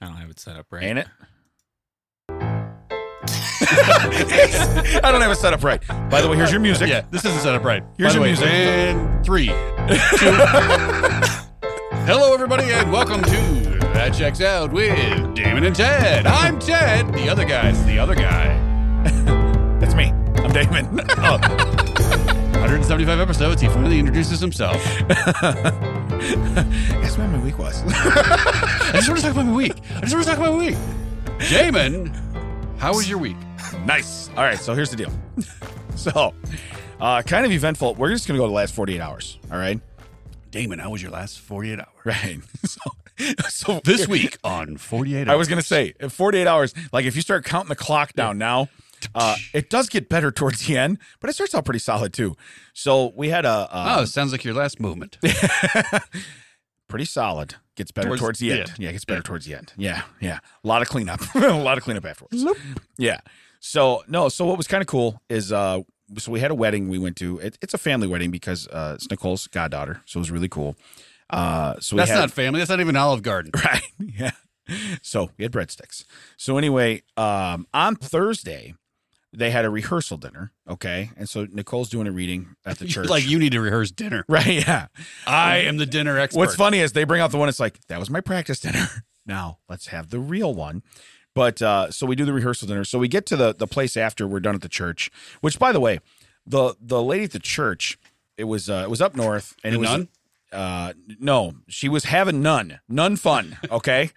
I don't have it set up right. Ain't it? I don't have it set up right. By the way, here's your music. Yeah, this isn't set up right. Here's By the your way, music. And three. two. Hello, everybody, and welcome to That Checks Out with Damon and Ted. I'm Ted. The other guy's the other guy. That's me. I'm Damon. Oh, 175 episodes. He finally introduces himself. that's where my week was. I just want to talk about my week. I just want to talk about my week. Damon, how was your week? nice. All right, so here's the deal. So, uh, kind of eventful. We're just going to go to the last 48 hours. All right. Damon, how was your last 48 hours? Right. So, so This week on 48 hours. I was going to say, in 48 hours, like if you start counting the clock down now, uh, it does get better towards the end, but it starts out pretty solid too. So we had a, uh Oh, sounds like your last movement. pretty solid, gets better towards, Towards the, the end. end. Yeah, it gets better towards the end. Yeah, yeah. A lot of cleanup, a lot of cleanup afterwards. Yeah. So, no, so what was kind of cool is, uh, so we had a wedding we went to. It, it's a family wedding because uh, it's Nicole's goddaughter, so it was really cool. Uh, so we That's had- not family. That's not even Olive Garden. Right. Yeah. So we had breadsticks. So anyway, um, on Thursday, they had a rehearsal dinner. Okay. And so Nicole's doing a reading at the church. Like you need to rehearse dinner. Right. Yeah. I am the dinner expert. What's funny is they bring out the one. It's like that was my practice dinner. Now let's have the real one. But uh, so we do the rehearsal dinner. So we get to the the place after we're done at the church. Which, by the way, the the lady at the church, it was uh, it was up north, and The it was nun? Uh, no, she was having none, none fun. Okay,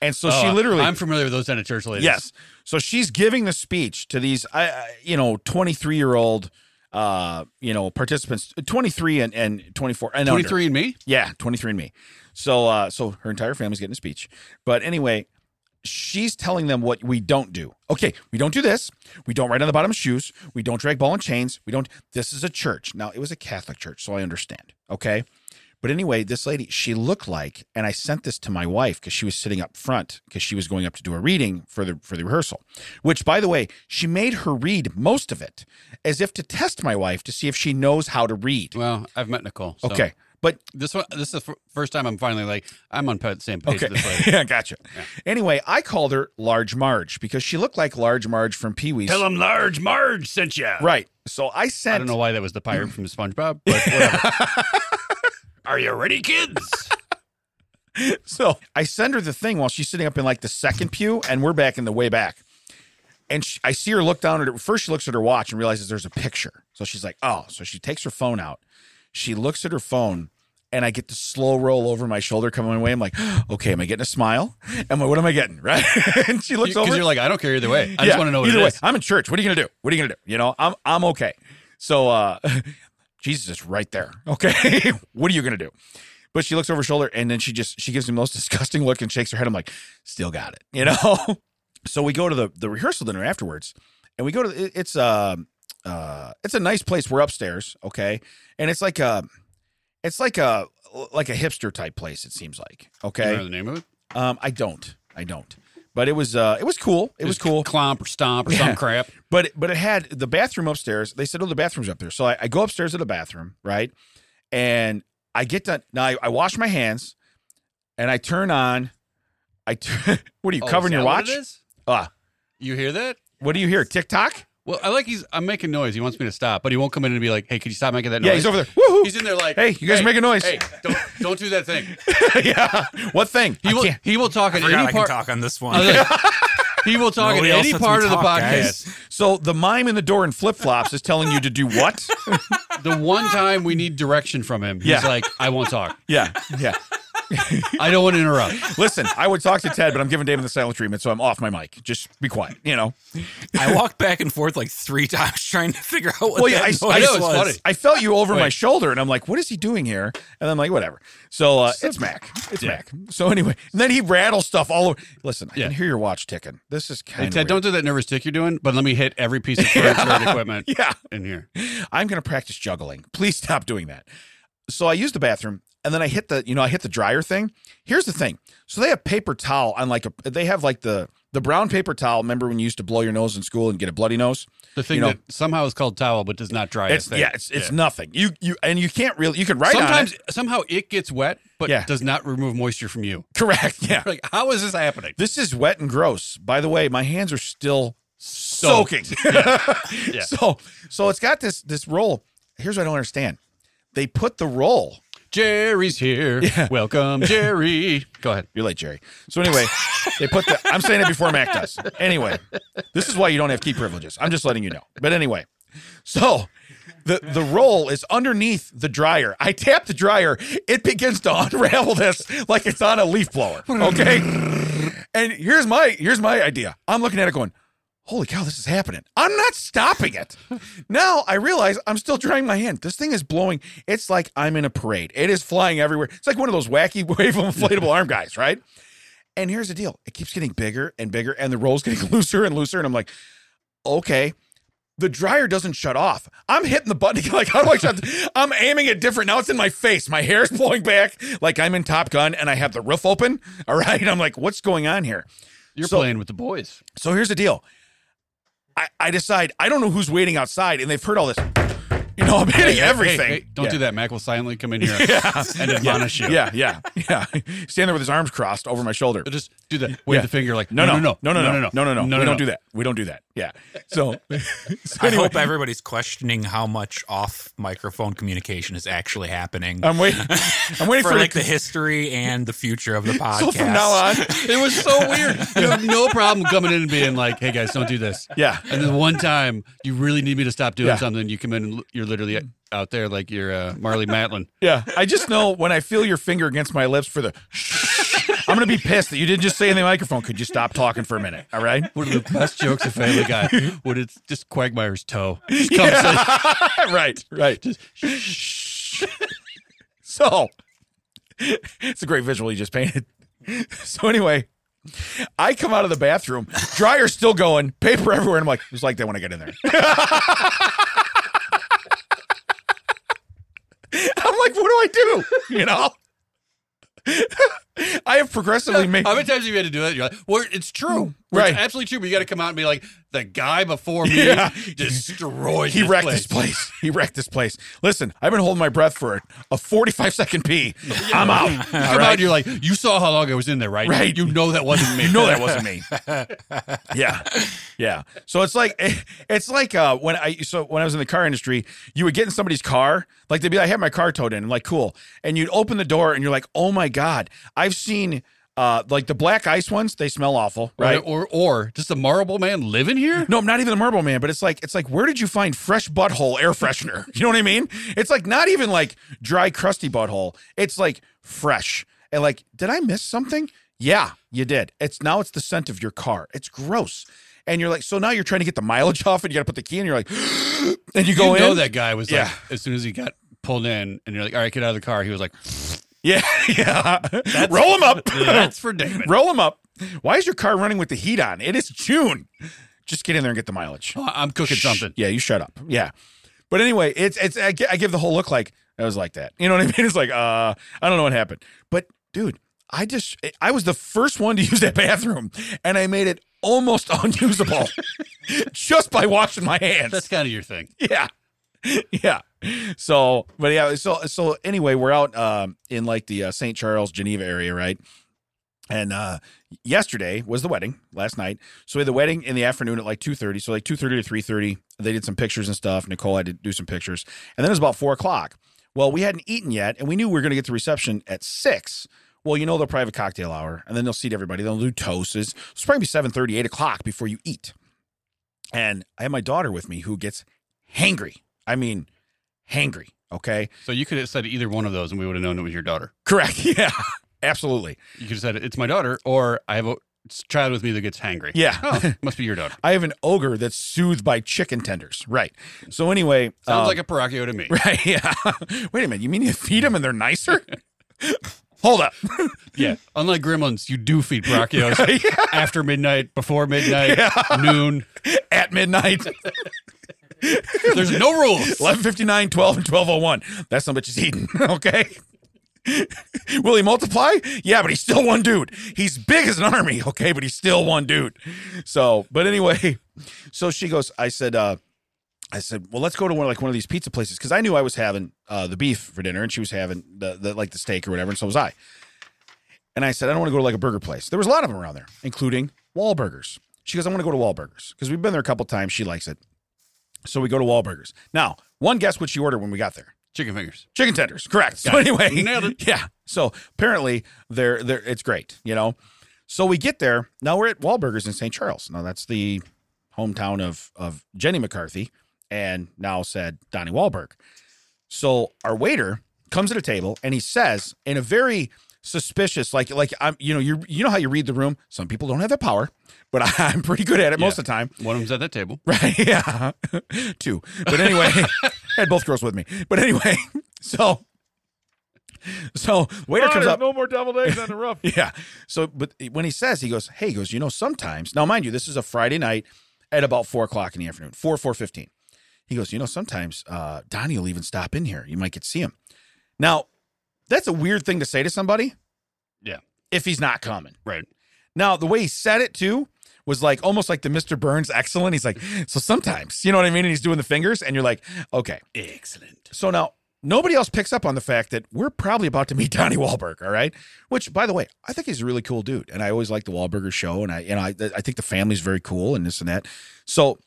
and so she Oh, literally, I'm familiar with those kind of church ladies. yes, so she's giving the speech to these, I I- you know, twenty three year old, uh, you know, participants, twenty three and and twenty four and under. 23 and me? Yeah, 23 and me. So uh so her entire family's getting a speech. But anyway, she's telling them what we don't do. Okay, we don't do this. We don't ride on the bottom of shoes. We don't drag ball and chains. We don't this is a church. Now, it was a Catholic church, so I understand. Okay? But anyway, this lady, she looked like and I sent this to my wife cuz she was sitting up front cuz she was going up to do a reading for the for the rehearsal. Which by the way, she made her read most of it as if to test my wife to see if she knows how to read. Well, I've met Nicole. so- Okay. But This one, this is the fir- first time I'm finally like, I'm on the same page with this lady. yeah, gotcha. Anyway, I called her Large Marge because she looked like Large Marge from Pee Wee's. him Large Marge sent you. Right. Right. So I sent. I don't know why that was the pirate from SpongeBob, but whatever. Are you ready, kids? So I send her the thing while she's sitting up in like the second pew, and we're back in the way back. And she, I see her look down at her. First, she looks at her watch and realizes there's a picture. So she's like, "Oh!" So she takes her phone out. She looks at her phone, and I get the slow roll over my shoulder coming my way. I'm like, "Okay, am I getting a smile? Am I? What am I getting?" Right? and she looks Because over. you're like, I don't care either way. I just want to know what either it way, is. I'm in church. What are you gonna do? What are you gonna do? You know, I'm I'm okay. So uh Jesus is right there. Okay. what are you gonna do? But she looks over her shoulder and then she just she gives me the most disgusting look and shakes her head. I'm like, still got it, you know? so we go to the the rehearsal dinner afterwards, and we go to it- it's uh uh it's a nice place. We're upstairs, okay? And it's like a it's like a like a hipster type place, it seems like. You Okay. remember the name of it? Um, I don't. I don't. But it was uh it was cool. It was cool. Clomp or stomp or some crap. But but it had the bathroom upstairs. They said, "Oh, the bathroom's up there." So I, I go upstairs to the bathroom, right? And I get done. Now I, I wash my hands, and I turn on. I turn, what are you Oh, covering is your that what watch? it is? Ah. You hear that? What do you hear? TikTok? Well, I like he's. I'm making noise. He wants me to stop, but he won't come in and be like, "Hey, could you stop making that noise?" Yeah, he's over there. Woohoo! He's in there like, Hey, you guys are making noise. Hey, don't don't do that thing." yeah. What thing? He I will. can't- He will talk in I forgot any I can part. talk on this I one. was like, he will talk in Nobody else any lets me part of the talk, podcast. So the mime in the door in flip flops is telling you to do what? The one time we need direction from him, he's Yeah. like, "I won't talk. yeah. Yeah. I don't want to interrupt. Listen, I would talk to Ted, but I'm giving David the silent treatment, so I'm off my mic. Just be quiet, you know. I walked back and forth like three times trying to figure out what Well, yeah, that I- noise I know, it's was. funny. I felt you over my Wait. shoulder, and I'm like, "What is he doing here?" And I'm like, "Whatever." So uh, it's Mac. It's Mac. So anyway, and then he rattles stuff all over. Listen, I Yeah. can hear your watch ticking. This is kind Hey, of Ted, don't do that nervous tick you're doing. But let me hit every piece of furniture and equipment Yeah, in here. I'm going to practice juggling. Please stop doing that. So I use the bathroom, and then I hit the you know I hit the dryer thing. Here's the thing. So they have paper towel on like a they have like the the brown paper towel. Remember when you used to blow your nose in school and get a bloody nose? The thing You know- that somehow is called towel, but does not dry. It's, a thing. yeah, it's, it's nothing. You you and you can't really you can write on Sometimes it. somehow it gets wet, but Yeah. does not remove moisture from you. Correct. Yeah. Like, how is this happening? This is wet and gross. By the way, my hands are still soaking. Yeah. So so it's got this this roll. Here's what I don't understand. They put the roll. Jerry's here. Welcome, Jerry. Go ahead. You're late, Jerry. So anyway, they put the. I'm saying it before Mac does. Anyway, this is why you don't have key privileges. I'm just letting you know. But anyway, so the the roll is underneath the dryer. I tap the dryer. It begins to unravel this like it's on a leaf blower. Okay. And here's my here's my idea. I'm looking at it going. Holy cow, this is happening. I'm not stopping it. Now I realize I'm still drying my hand. This thing is blowing. It's like I'm in a parade. It is flying everywhere. It's like one of those wacky wave of inflatable arm guys, right? And here's the deal it keeps getting bigger and bigger, and the roll's getting looser and looser. And I'm like, okay. The dryer doesn't shut off. I'm hitting the button. Like, how do I shut? th- I'm aiming it different. Now it's in my face. My hair's blowing back like I'm in Top Gun and I have the roof open. All right. I'm like, what's going on here? You're So- playing with the boys. So here's the deal. I, I decide I don't know who's waiting outside, and they've heard all this. You know, I'm hitting everything. Hey, hey, don't Yeah. do that. Mac will silently come in here and admonish you. Yeah, yeah, yeah. Stand there with his arms crossed over my shoulder. Just do that. Wave Yeah. the finger like No, no, no, no, no, no, no, no, no, no. no, We no. don't do that. We don't do that. Yeah. So, so I anyway, hope everybody's questioning how much off microphone communication is actually happening. I'm waiting. I'm waiting for, for, like the history and the future of the podcast. so from now on. It was so weird. You have no problem coming in and being like, "Hey guys, don't do this." Yeah. And then one time you really need me to stop doing Yeah. something, you come in and l- you're literally out there like you're uh, Marley Matlin. Yeah. I just know when I feel your finger against my lips for the. I'm gonna be pissed that you didn't just say in the microphone. Could you stop talking for a minute? All right. One of the best jokes of Family Guy. When it's just Quagmire's toe. Just comes in. right. Right. So it's a great visual you just painted. So anyway, I come out of the bathroom, dryer's still going, paper everywhere, and I'm like, it was like that when I got in there. I'm like, what do I do? You know? I have progressively made How many times have you had to do that? You're like, well, it's true. Right. It's absolutely true, but you got to come out and be like, the guy before me Yeah. destroyed he this wrecked place." this place. He wrecked this place. Listen, I've been holding my breath for a 45 second pee. I'm out. You All come right? out and you're like, you saw how long I was in there, right? Right. You know that wasn't me. You know that wasn't me. yeah, yeah. So it's like eh, it's like uh, when I so when I was in the car industry, you would get in somebody's car, like they'd be, like, I had my car towed in, like cool, and you'd open the door and you're like, oh my god, I've seen uh, like the black ice ones, they smell awful, right? Or, or, or does the Marble Man live in here? No, not even the Marble Man, but it's like it's like where did you find fresh butthole air freshener? You know what I mean? It's like not even like dry crusty butthole. It's like fresh. And like, did I miss something? Yeah, you did. It's now it's the scent of your car. It's gross. And you're like, so now you're trying to get the mileage off, and you got to put the key in. You're like, and you go you in. know that guy was Yeah. like, as soon as he got pulled in, and you're like, all right, get out of the car. He was like, Yeah, yeah. Roll them up. that's for Damon. Roll them up. Why is your car running with the heat on? It is June. Just get in there and get the mileage. I- Uh, I'm cooking something. Yeah, you shut up. Yeah. But anyway, it's it's I gi- I give the whole look like I was like that. You know what I mean? It's like uh I don't know what happened. But dude, I just I was the first one to use that bathroom and I made it almost unusable just by washing my hands. That's kind of your thing. yeah. Yeah. So, but yeah, so so anyway, we're out um in like the uh, St. Charles, Geneva area, right? And uh yesterday was the wedding last night. So we had the wedding in the afternoon at like 2.30. So like 2.30 to 3.30, they did some pictures and stuff. Nicole had to do some pictures. And then it was about 4 o'clock. Well, we hadn't eaten yet, and we knew we were going to get the reception at 6. Well, you know they'll private cocktail hour, and then they'll seat everybody. They'll do toasts. It's probably 7.30, 8 o'clock before you eat. And I have my daughter with me who gets hangry. I mean, hangry, okay? So you could have said either one of those, and we would have known it was your daughter. Correct, yeah, absolutely. You could have said, it's my daughter, or I have a child with me that gets hangry. Yeah. Oh, must be your daughter. I have an ogre that's soothed by chicken tenders. Right. So anyway, Sounds um, like a Paracchio to me. Right. Yeah. Wait a minute. You mean you feed them and they're nicer? Hold up. Yeah. Unlike gremlins, you do feed brachios after midnight, before midnight, noon. At midnight, There's no rules. oh 11.59, 12, and 12.01. That's some bitches eating. Okay. Will he multiply? Yeah, but he's still one dude. He's big as an army, okay, but he's still one dude. So, but anyway, so she goes. I said, uh, I said, well, let's go to one like one of these pizza places because I knew I was having uh, the beef for dinner and she was having the, the like the steak or whatever, and so was I. And I said, I don't want to go to like a burger place. There was a lot of them around there, including Wahlburgers. She goes, I want to go to Wahlburgers because we've been there a couple times. She likes it, so we go to Wahlburgers. Now, one guess what she ordered when we got there. Chicken fingers. Chicken tenders, correct. So Got it. anyway, Nailed it. yeah. So apparently, they're, they're it's great, you know. So we get there. Now we're at Wahlburgers in St. Charles. Now that's the hometown of of Jenny McCarthy, and now said Donnie Wahlberg. So our waiter comes to the table and he says in a very suspicious, like like I'm, you know, you you know how you read the room. Some people don't have that power, but I'm pretty good at it most of the time. One of them's at that table. Right. Yeah. Two. But anyway, I had both girls with me. But anyway, so so waiter comes up. no more double days on the rough. Yeah. So but when he says, he goes, Hey, he goes, you know, sometimes now mind you, this is a Friday night at about four o'clock in the afternoon, four, four fifteen. He goes, you know, sometimes uh Donnie will even stop in here. You might get to see him. Now, that's a weird thing to say to somebody. Yeah. If he's not coming. Right. Now, the way he said it too was like almost like the Mr. Burns excellent. He's like, so sometimes, you know what I mean? And he's doing the fingers, and you're like, okay. Excellent. So now nobody else picks up on the fact that we're probably about to meet Donnie Wahlberg, all right? Which, by the way, I think he's a really cool dude, and I always like the Wahlberger show, and I, you know, I, I think the family's very cool, and this and that. So,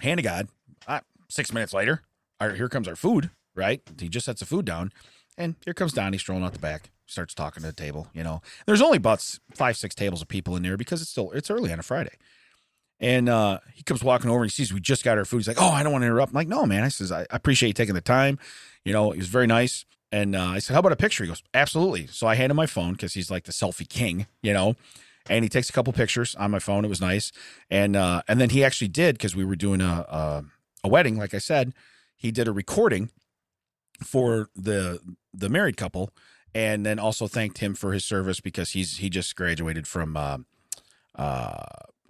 hand to God, uh, six minutes later, our, here comes our food, right? He just sets the food down, and here comes Donnie strolling out the back, starts talking to the table. You know, there's only about s- five, six tables of people in there because it's still it's early on a Friday. And uh, he comes walking over and he sees we just got our food. He's like, "Oh, I don't want to interrupt." I'm like, "No, man." I says, "I, I appreciate you taking the time." You know, it was very nice. And uh, I said, "How about a picture?" He goes, "Absolutely." So I hand him my phone because he's like the selfie king, you know. And he takes a couple pictures on my phone. It was nice. And uh, and then he actually did because we were doing a, a a wedding, like I said. He did a recording for the the married couple, and then also thanked him for his service because he's he just graduated from uh, uh,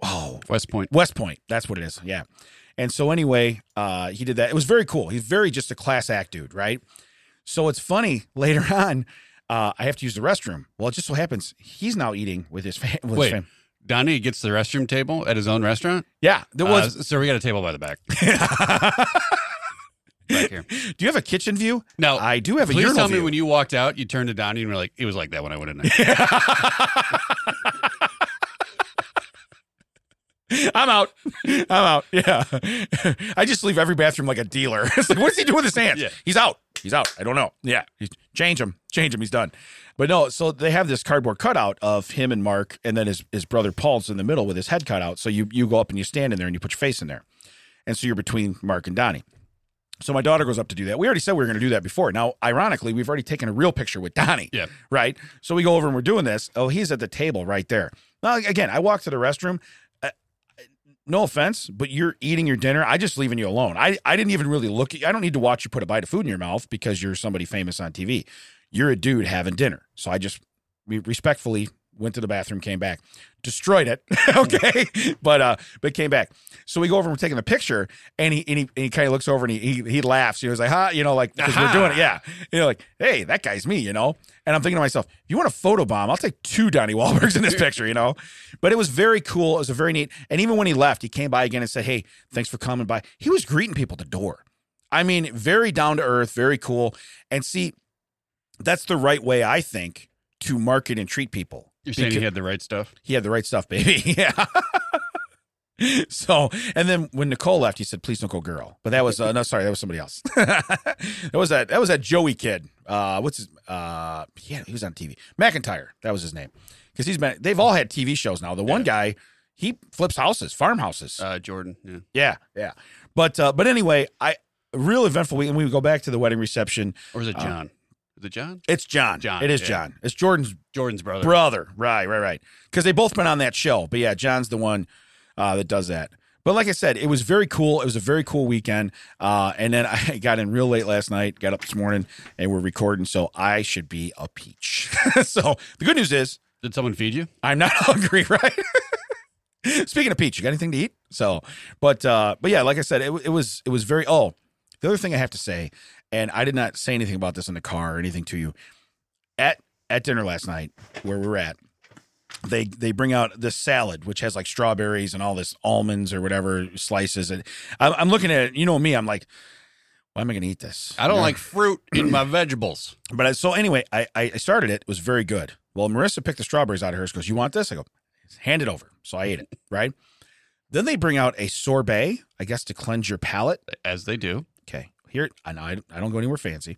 oh West Point. West Point. That's what it is. Yeah. And so anyway, uh, he did that. It was very cool. He's very just a class act dude, right? So it's funny later on. Uh, I have to use the restroom. Well, it just so happens he's now eating with his family. With Wait. His fam- Donnie gets the restroom table at his own restaurant. yeah, there was. Uh, so we got a table by the back. back here. do you have a kitchen view? Now, I do have a Oh, please urinal tell me view. when you walked out, you turned to Donnie and were like, it was like that when I went in there. I'm out. I'm out. Yeah. I just leave every bathroom like a dealer. It's like, what's he doing with his hands? Yeah. He's out. He's out. I don't know. Yeah. He's- Change him. Change him. He's done. But no, so they have this cardboard cutout of him and Mark, and then his, his brother Paul's in the middle with his head cut out. So you, you go up and you stand in there and you put your face in there. And so you're between Mark and Donnie. So my daughter goes up to do that. We already said we were going to do that before. Now, ironically, we've already taken a real picture with Donnie. Yeah. Right. So we go over and we're doing this. Oh, he's at the table right there. Now, again, I walk to the restroom. Uh, no offense, but you're eating your dinner. I just leaving you alone. I, I didn't even really look. At, I don't need to watch you put a bite of food in your mouth because you're somebody famous on TV. You're a dude having dinner. So I just re- respectfully went to the bathroom, came back, destroyed it. okay. But uh, but came back. So we go over and we're taking the picture, and he and he, and he kind of looks over and he he, he laughs. He was like, "Ha," you know, like 'cause we're Aha. doing it, yeah. You know, like, "Hey, that guy's me," you know. And I'm thinking to myself, "If you want a photo bomb, I'll take two Donnie Wahlbergs in this picture," you know. But it was very cool. It was a very neat. And even when he left, he came by again and said, "Hey, thanks for coming by." He was greeting people at the door. I mean, very down to earth, very cool. And see, that's the right way I think to market and treat people. You're saying Because- he had the right stuff? he had the right stuff, baby. Yeah. so, and then when Nicole left, he said, "Please don't go, girl." But that was uh, no, sorry, that was somebody else. that was that. That was that Joey kid. Uh, what's his? Uh, yeah, he was on TV. McIntyre. That was his name. Because he's been. They've all had TV shows now. The one guy, he flips houses, farmhouses. Uh, Jordan. Yeah. yeah, yeah. But uh, but anyway, I a real eventful week, and we would go back to the wedding reception. Or is it Uh, John? is it John? It's John. John, It is yeah. John. It's Jordan's Jordan's brother. brother. Right, right, right. Because they both been on that show. But yeah, John's the one uh, that does that. But like I said, it was very cool. It was a very cool weekend. Uh, and then I got in real late last night, got up this morning, and we're recording. So I should be a peach. so the good news is Did someone feed you? I'm not hungry, right? Speaking of peach, you got anything to eat? So, but uh, but yeah, like I said, it, w- it was it was very. Oh, the other thing I have to say, and I did not say anything about this in the car or anything to you. at at dinner last night where we were at they they bring out this salad which has like strawberries and all this almonds or whatever slices and i'm, I'm looking at it you know me i'm like why am i going to eat this I don't You know? like fruit in my vegetables. but I, so anyway I, I I started it it was very good well marissa picked the strawberries out of hers goes you want this i go hand it over so i ate it right then they bring out a sorbet i guess to cleanse your palate As they do. Okay. Here, I know I, I don't go anywhere fancy.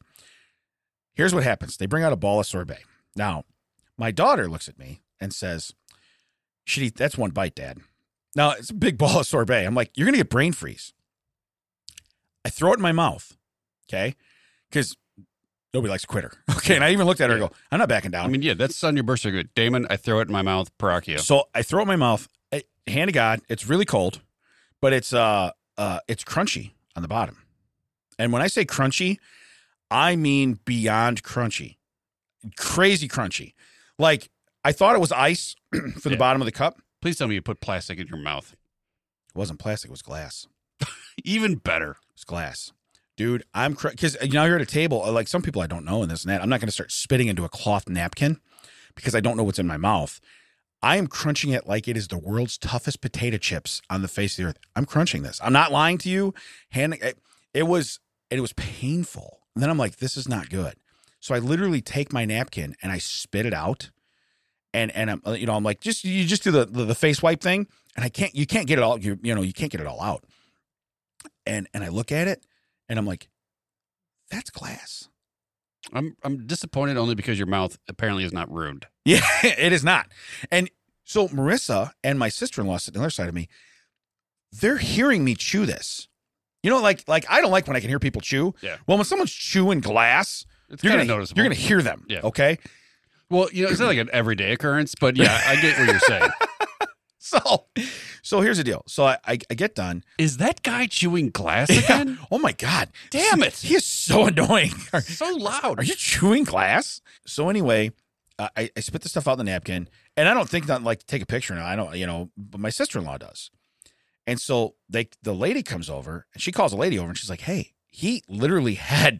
Here's what happens they bring out a ball of sorbet. Now, my daughter looks at me and says, Should eat, that's one bite, Dad. Now, it's a big ball of sorbet. I'm like, You're going to get brain freeze. I throw it in my mouth. Okay. Because nobody likes a quitter. Okay. And I even looked at her and go, I'm not backing down. I mean, yeah, that's on your birth certificate. Damon, I throw it in my mouth, Paracchio. So I throw it in my mouth. I, hand to God, it's really cold, but it's uh uh it's crunchy on the bottom. And when I say crunchy, I mean beyond crunchy, crazy crunchy. Like I thought it was ice for the Yeah. bottom of the cup. Please tell me you put plastic in your mouth. It wasn't plastic. It was glass. Even better. It was glass. Dude, I'm because you know you're at a table uh, like some people I don't know and this and that. I'm not going to start spitting into a cloth napkin because I don't know what's in my mouth. I am crunching it like it is the world's toughest potato chips on the face of the earth. I'm crunching this. I'm not lying to you. Hand it, it was it was painful. And then I'm like, this is not good. So I literally take my napkin and I spit it out, and and I'm uh, you know I'm like just you just do the the, the face wipe thing, and I can't you can't get it all you you know you can't get it all out. And and I look at it, and I'm like, that's glass. I'm I'm disappointed only because your mouth apparently is not ruined. Yeah, it is not. And so Marissa and my sister in law sit on the other side of me. They're hearing me chew this. You know, like like I don't like when I can hear people chew. Yeah. Well, when someone's chewing glass, It's you're kind gonna of noticeable. you're gonna hear them. Yeah. Okay. well, you know, it's not like an everyday occurrence, but yeah, I get what you're saying. So so here's the deal. So I I, I get done. Is that guy chewing glass Yeah. again? Oh my god! Damn it. He is so annoying. Are, So loud. are you chewing glass? So anyway, uh, I I spit the stuff out in the napkin, and I don't think not like to take a picture. Now I don't, you know, but my sister in law does. And so they the lady comes over and she calls a lady over and she's like, "Hey, he literally had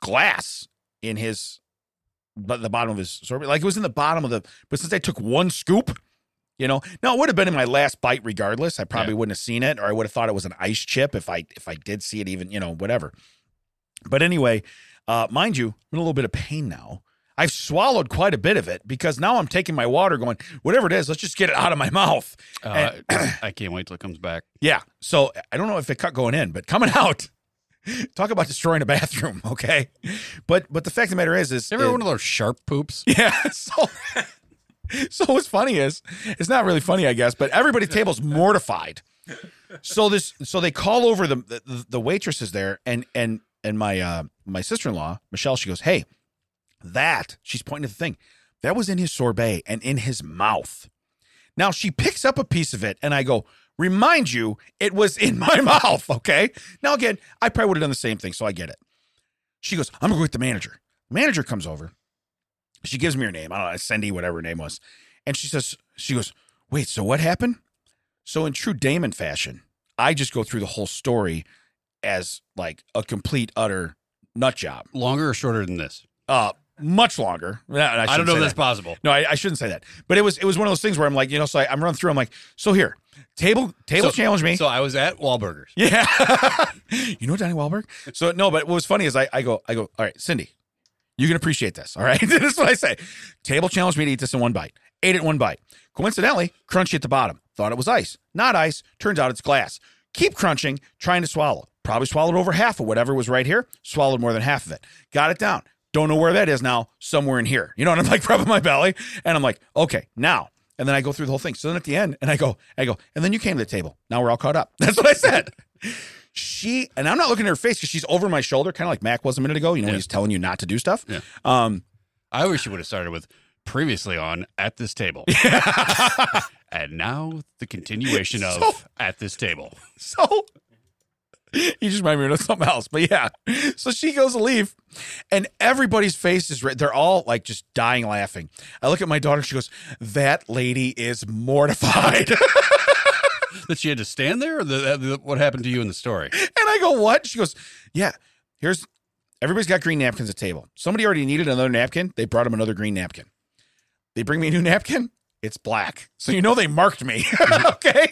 glass in his but the bottom of his sorbet. Like it was in the bottom of the but since I took one scoop, you know. Now it would have been in my last bite regardless. I probably wouldn't have seen it or I would have thought it was an ice chip if I if I did see it even, you know, whatever. But anyway, uh mind you, I'm in a little bit of pain now. I've swallowed quite a bit of it because now I'm taking my water going, whatever it is, let's just get it out of my mouth. Uh, I can't wait till it comes back. Yeah. So I don't know if it cut going in, but coming out. Talk about destroying a bathroom, okay? But but the fact of the matter is is Ever one of those sharp poops? yeah. So so what's funny is it's not really funny, I guess, but everybody at the table's mortified. So this so they call over the the, the waitresses there and and and my uh my sister-in-law, Michelle, she goes, "Hey, that." She's pointing at the thing. That was in his sorbet and in his mouth. Now she picks up a piece of it and I go, "Remind you, it was in my mouth, okay?" Now again, I probably would have done the same thing, so I get it. She goes, "I'm going to go with the manager." Manager comes over she gives me her name. I don't know, Cindy, whatever her name was. And she says, she goes, wait, so what happened? So in true Damon fashion, I just go through the whole story as like a complete utter nut job. Longer or shorter than this? Uh, much longer. No, I, I, don't shouldn't know say if that. that's possible. No, I, I shouldn't say that. But it was it was one of those things where I'm like, you know, so I, I'm running through. I'm like, so here, table table So- challenge me. So I was at Wahlburgers. Yeah. you know Donnie Wahlberg? So no, but what was funny is I, I go, I go, all right, Cindy, you can appreciate this. All right. this is what I say. Table challenged me to eat this in one bite. Ate it in one bite. Coincidentally, crunchy at the bottom. Thought it was ice. Not ice. Turns out it's glass. Keep crunching, trying to swallow. Probably swallowed over half of whatever was right here. Swallowed more than half of it. Got it down. Don't know where that is now. Somewhere in here. You know, and I'm like rubbing my belly. And I'm like, okay, now and then I go through the whole thing. So then at the end, and I go, I go, and then you came to the table. Now we're all caught up. That's what I said. She and I'm not looking at her face because she's over my shoulder, kind of like Mac was a minute ago. You know, when Yeah. he's telling you not to do stuff. Yeah. Um, I wish you would have started with previously on at this table. and now the continuation of So- at this table. so you just reminded me of something else, but yeah. So she goes to leave, and everybody's face is red. They're all like just dying laughing. I look at my daughter. She goes, "That lady is mortified." That she had to stand there or the, the, what happened to you in the story? And I go, what? She goes, yeah, here's, Everybody's got green napkins at table. Somebody already needed another napkin. They brought him another green napkin. They bring me a new napkin. It's black. So you know they marked me. okay.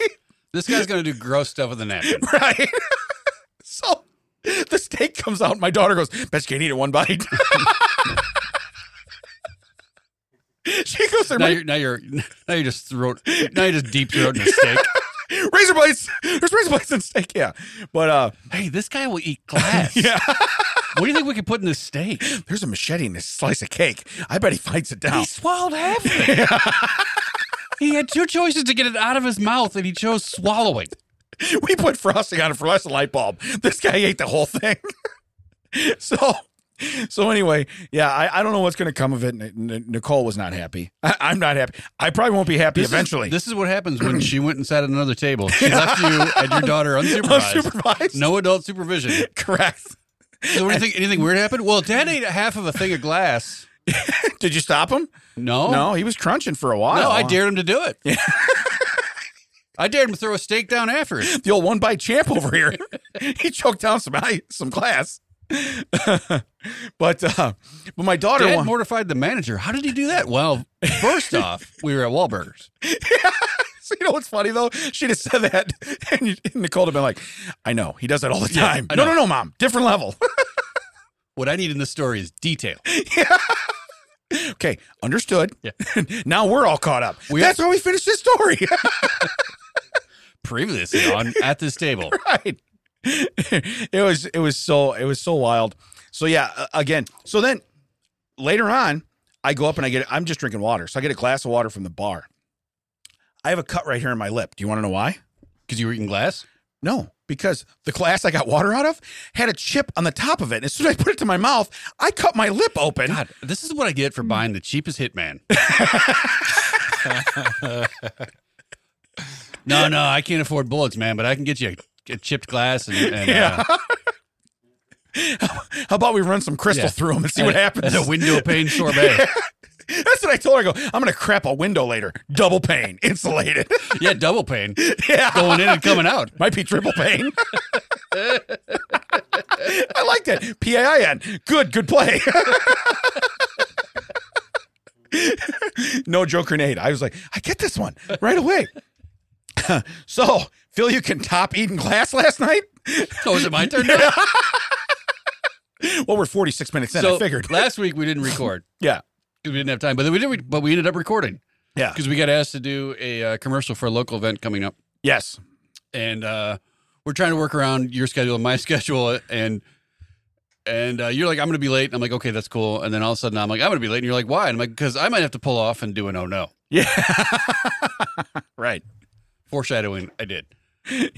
This guy's gonna do gross stuff with a napkin. Right. so the steak comes out. My daughter goes, Bet you can't eat it one bite. she goes, "There Now might- you're now you're now you just throat now you just deep throating a steak. razor blades. There's razor blades in steak. Yeah. But uh Hey, this guy will eat glass. yeah. What do you think we could put in this steak? There's a machete in this slice of cake. I bet he fights it down. He swallowed half of it. he had two choices to get it out of his mouth, and he chose swallowing. we put frosting on it for less than a light bulb. This guy ate the whole thing. so, so anyway, yeah, I, I don't know what's going to come of it. N- N- Nicole was not happy. I, I'm not happy. I probably won't be happy This is- eventually. this is what happens when she went and sat at another table. She left you and your daughter unsupervised. Unsupervised. No adult supervision. correct. So what do you think? Anything weird happened? Well, Dad ate half of a thing of glass. Did you stop him? No. No, he was crunching for a while. Oh. No, I dared him to do it. I dared him to throw a steak down after it. The old one bite champ over here. he choked down some ice- some glass. but uh, but my daughter Dad won- mortified the manager. How did he do that? Well, first off, we were at Wahlburgers. So you know what's funny though? She'd have said that, and, you- and Nicole would have been like, "I know he does that all the Yeah, time." I no, know. no, no, mom, different level. What I need in this story is detail. okay, understood. Yeah. now we're all caught up. We That's how we finished this story, Previously on at this table. right? it was it was so it was so wild. So yeah, uh, again. So then later on, I go up and I get I'm just drinking water, so I get a glass of water from the bar. I have a cut right here in my lip. Do you want to know why? Because you were eating glass? No, because the glass I got water out of had a chip on the top of it. And as soon as I put it to my mouth, I cut my lip open. God, this is what I get for Hmm. buying the cheapest hitman. no, no, I can't afford bullets, man, but I can get you a, a chipped glass and, and Yeah. uh, How about we run some crystal Yeah. through them and see what and- happens? and a window pane sorbet. That's what I told her. I go, I'm going to crap a window later. Double pane, insulated. yeah, double pane yeah. going in and coming out. Might be triple pane. I like that. P A I N. Good, good play. no joke grenade. I was like, I get this one right away. so, Phil, you can top eating glass last night? Oh, is it my turn? Now? Well, we're 46 minutes in. I figured. last week we didn't record Yeah. because we didn't have time, but then we did. But we ended up recording Yeah. because we got asked to do a uh, commercial for a local event coming up. Yes. and uh, we're trying to work around your schedule and my schedule and and uh, you're like i'm gonna be late and i'm like okay that's cool and then all of a sudden i'm like i'm gonna be late and you're like why and i'm like because i might have to pull off and do an oh no Yeah. right. foreshadowing i did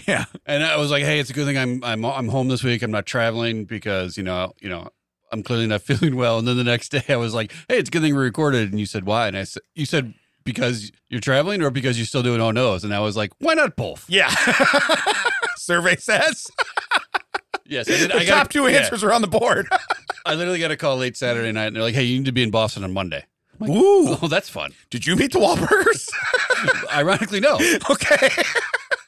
Yeah. and i was like hey it's a good thing i'm i'm, I'm home this week i'm not traveling because you know you know i'm clearly not feeling well and then the next day i was like hey it's a good thing we recorded and you said why and i said you said because you're traveling or because you're still doing oh no's and i was like why not both Yeah. Survey says yes i, did, the I top got two answers are on the board. I literally got a call late Saturday night, and they're like, "Hey, you need to be in Boston on Monday." Ooh. Oh, that's fun. Did you meet the Wahlburgers? Ironically, no. okay.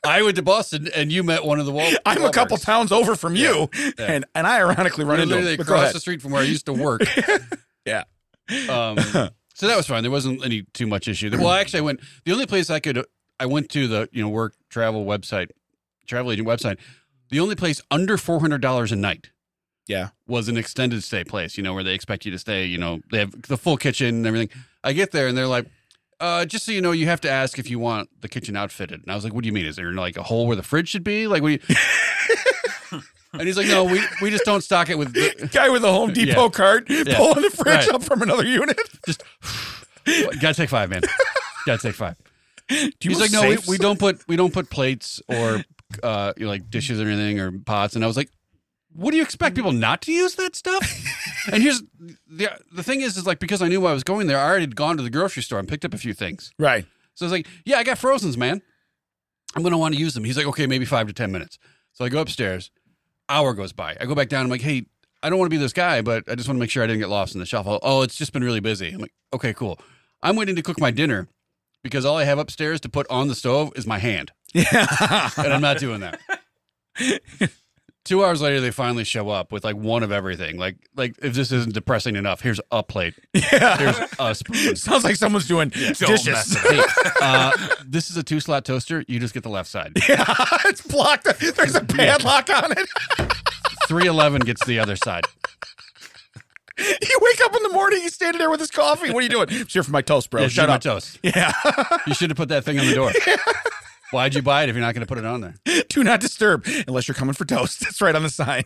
I went to Boston, and you met one of the wall. I'm a couple Wahlbergs. towns over from you, yeah. and and I ironically run We're into literally him. But go across ahead. the street from where I used to work. Yeah. Um, so that was fine. There wasn't any too much issue. Well, actually, I went. The only place I could, I went to the you know work travel website, travel agent website. The only place under four hundred dollars a night. Yeah. was an extended stay place. You know where they expect you to stay. You know they have the full kitchen and everything. I get there and they're like. Uh, just so you know, you have to ask if you want the kitchen outfitted. And I was like, "What do you mean? Is there like a hole where the fridge should be? Like, what?" Do you... and he's like, "No, we we just don't stock it with the, Guy with the Home Depot cart pulling the fridge Right. up from another unit. just gotta take five, man. Gotta take five. Do He's like, no, we, we don't put we don't put plates or uh, you know, like dishes or anything or pots. And I was like, what do you expect people not to use that stuff? and here's the the thing is, is like because I knew I was going there, I already had gone to the grocery store and picked up a few things. Right. So I was like, yeah, I got frozens, man. I'm gonna want to use them. He's like, okay, maybe five to ten minutes. So I go upstairs. Hour goes by. I go back down. I'm like, hey, I don't want to be this guy, but I just want to make sure I didn't get lost in the shuffle. Oh, it's just been really busy. I'm like, okay, cool. I'm waiting to cook my dinner because all I have upstairs to put on the stove is my hand, Yeah. and I'm not doing that. Two hours later, they finally show up with like one of everything. Like, like if this isn't depressing enough, here's a plate. Here's a spoon. Sounds like someone's doing Don't dishes. mess it Hey, uh, this is a two slot toaster. You just get the left side. Yeah, it's blocked. There's a padlock on it. 311 gets the other side. You wake up in the morning, he's standing there with his coffee. What are you doing? I'm here for my toast, bro. Yeah, Shut my up. toast. Yeah. You should have put that thing on the door. Why'd you buy it if you're not going to put it on there? Do not disturb unless you're coming for toast. That's right on the sign.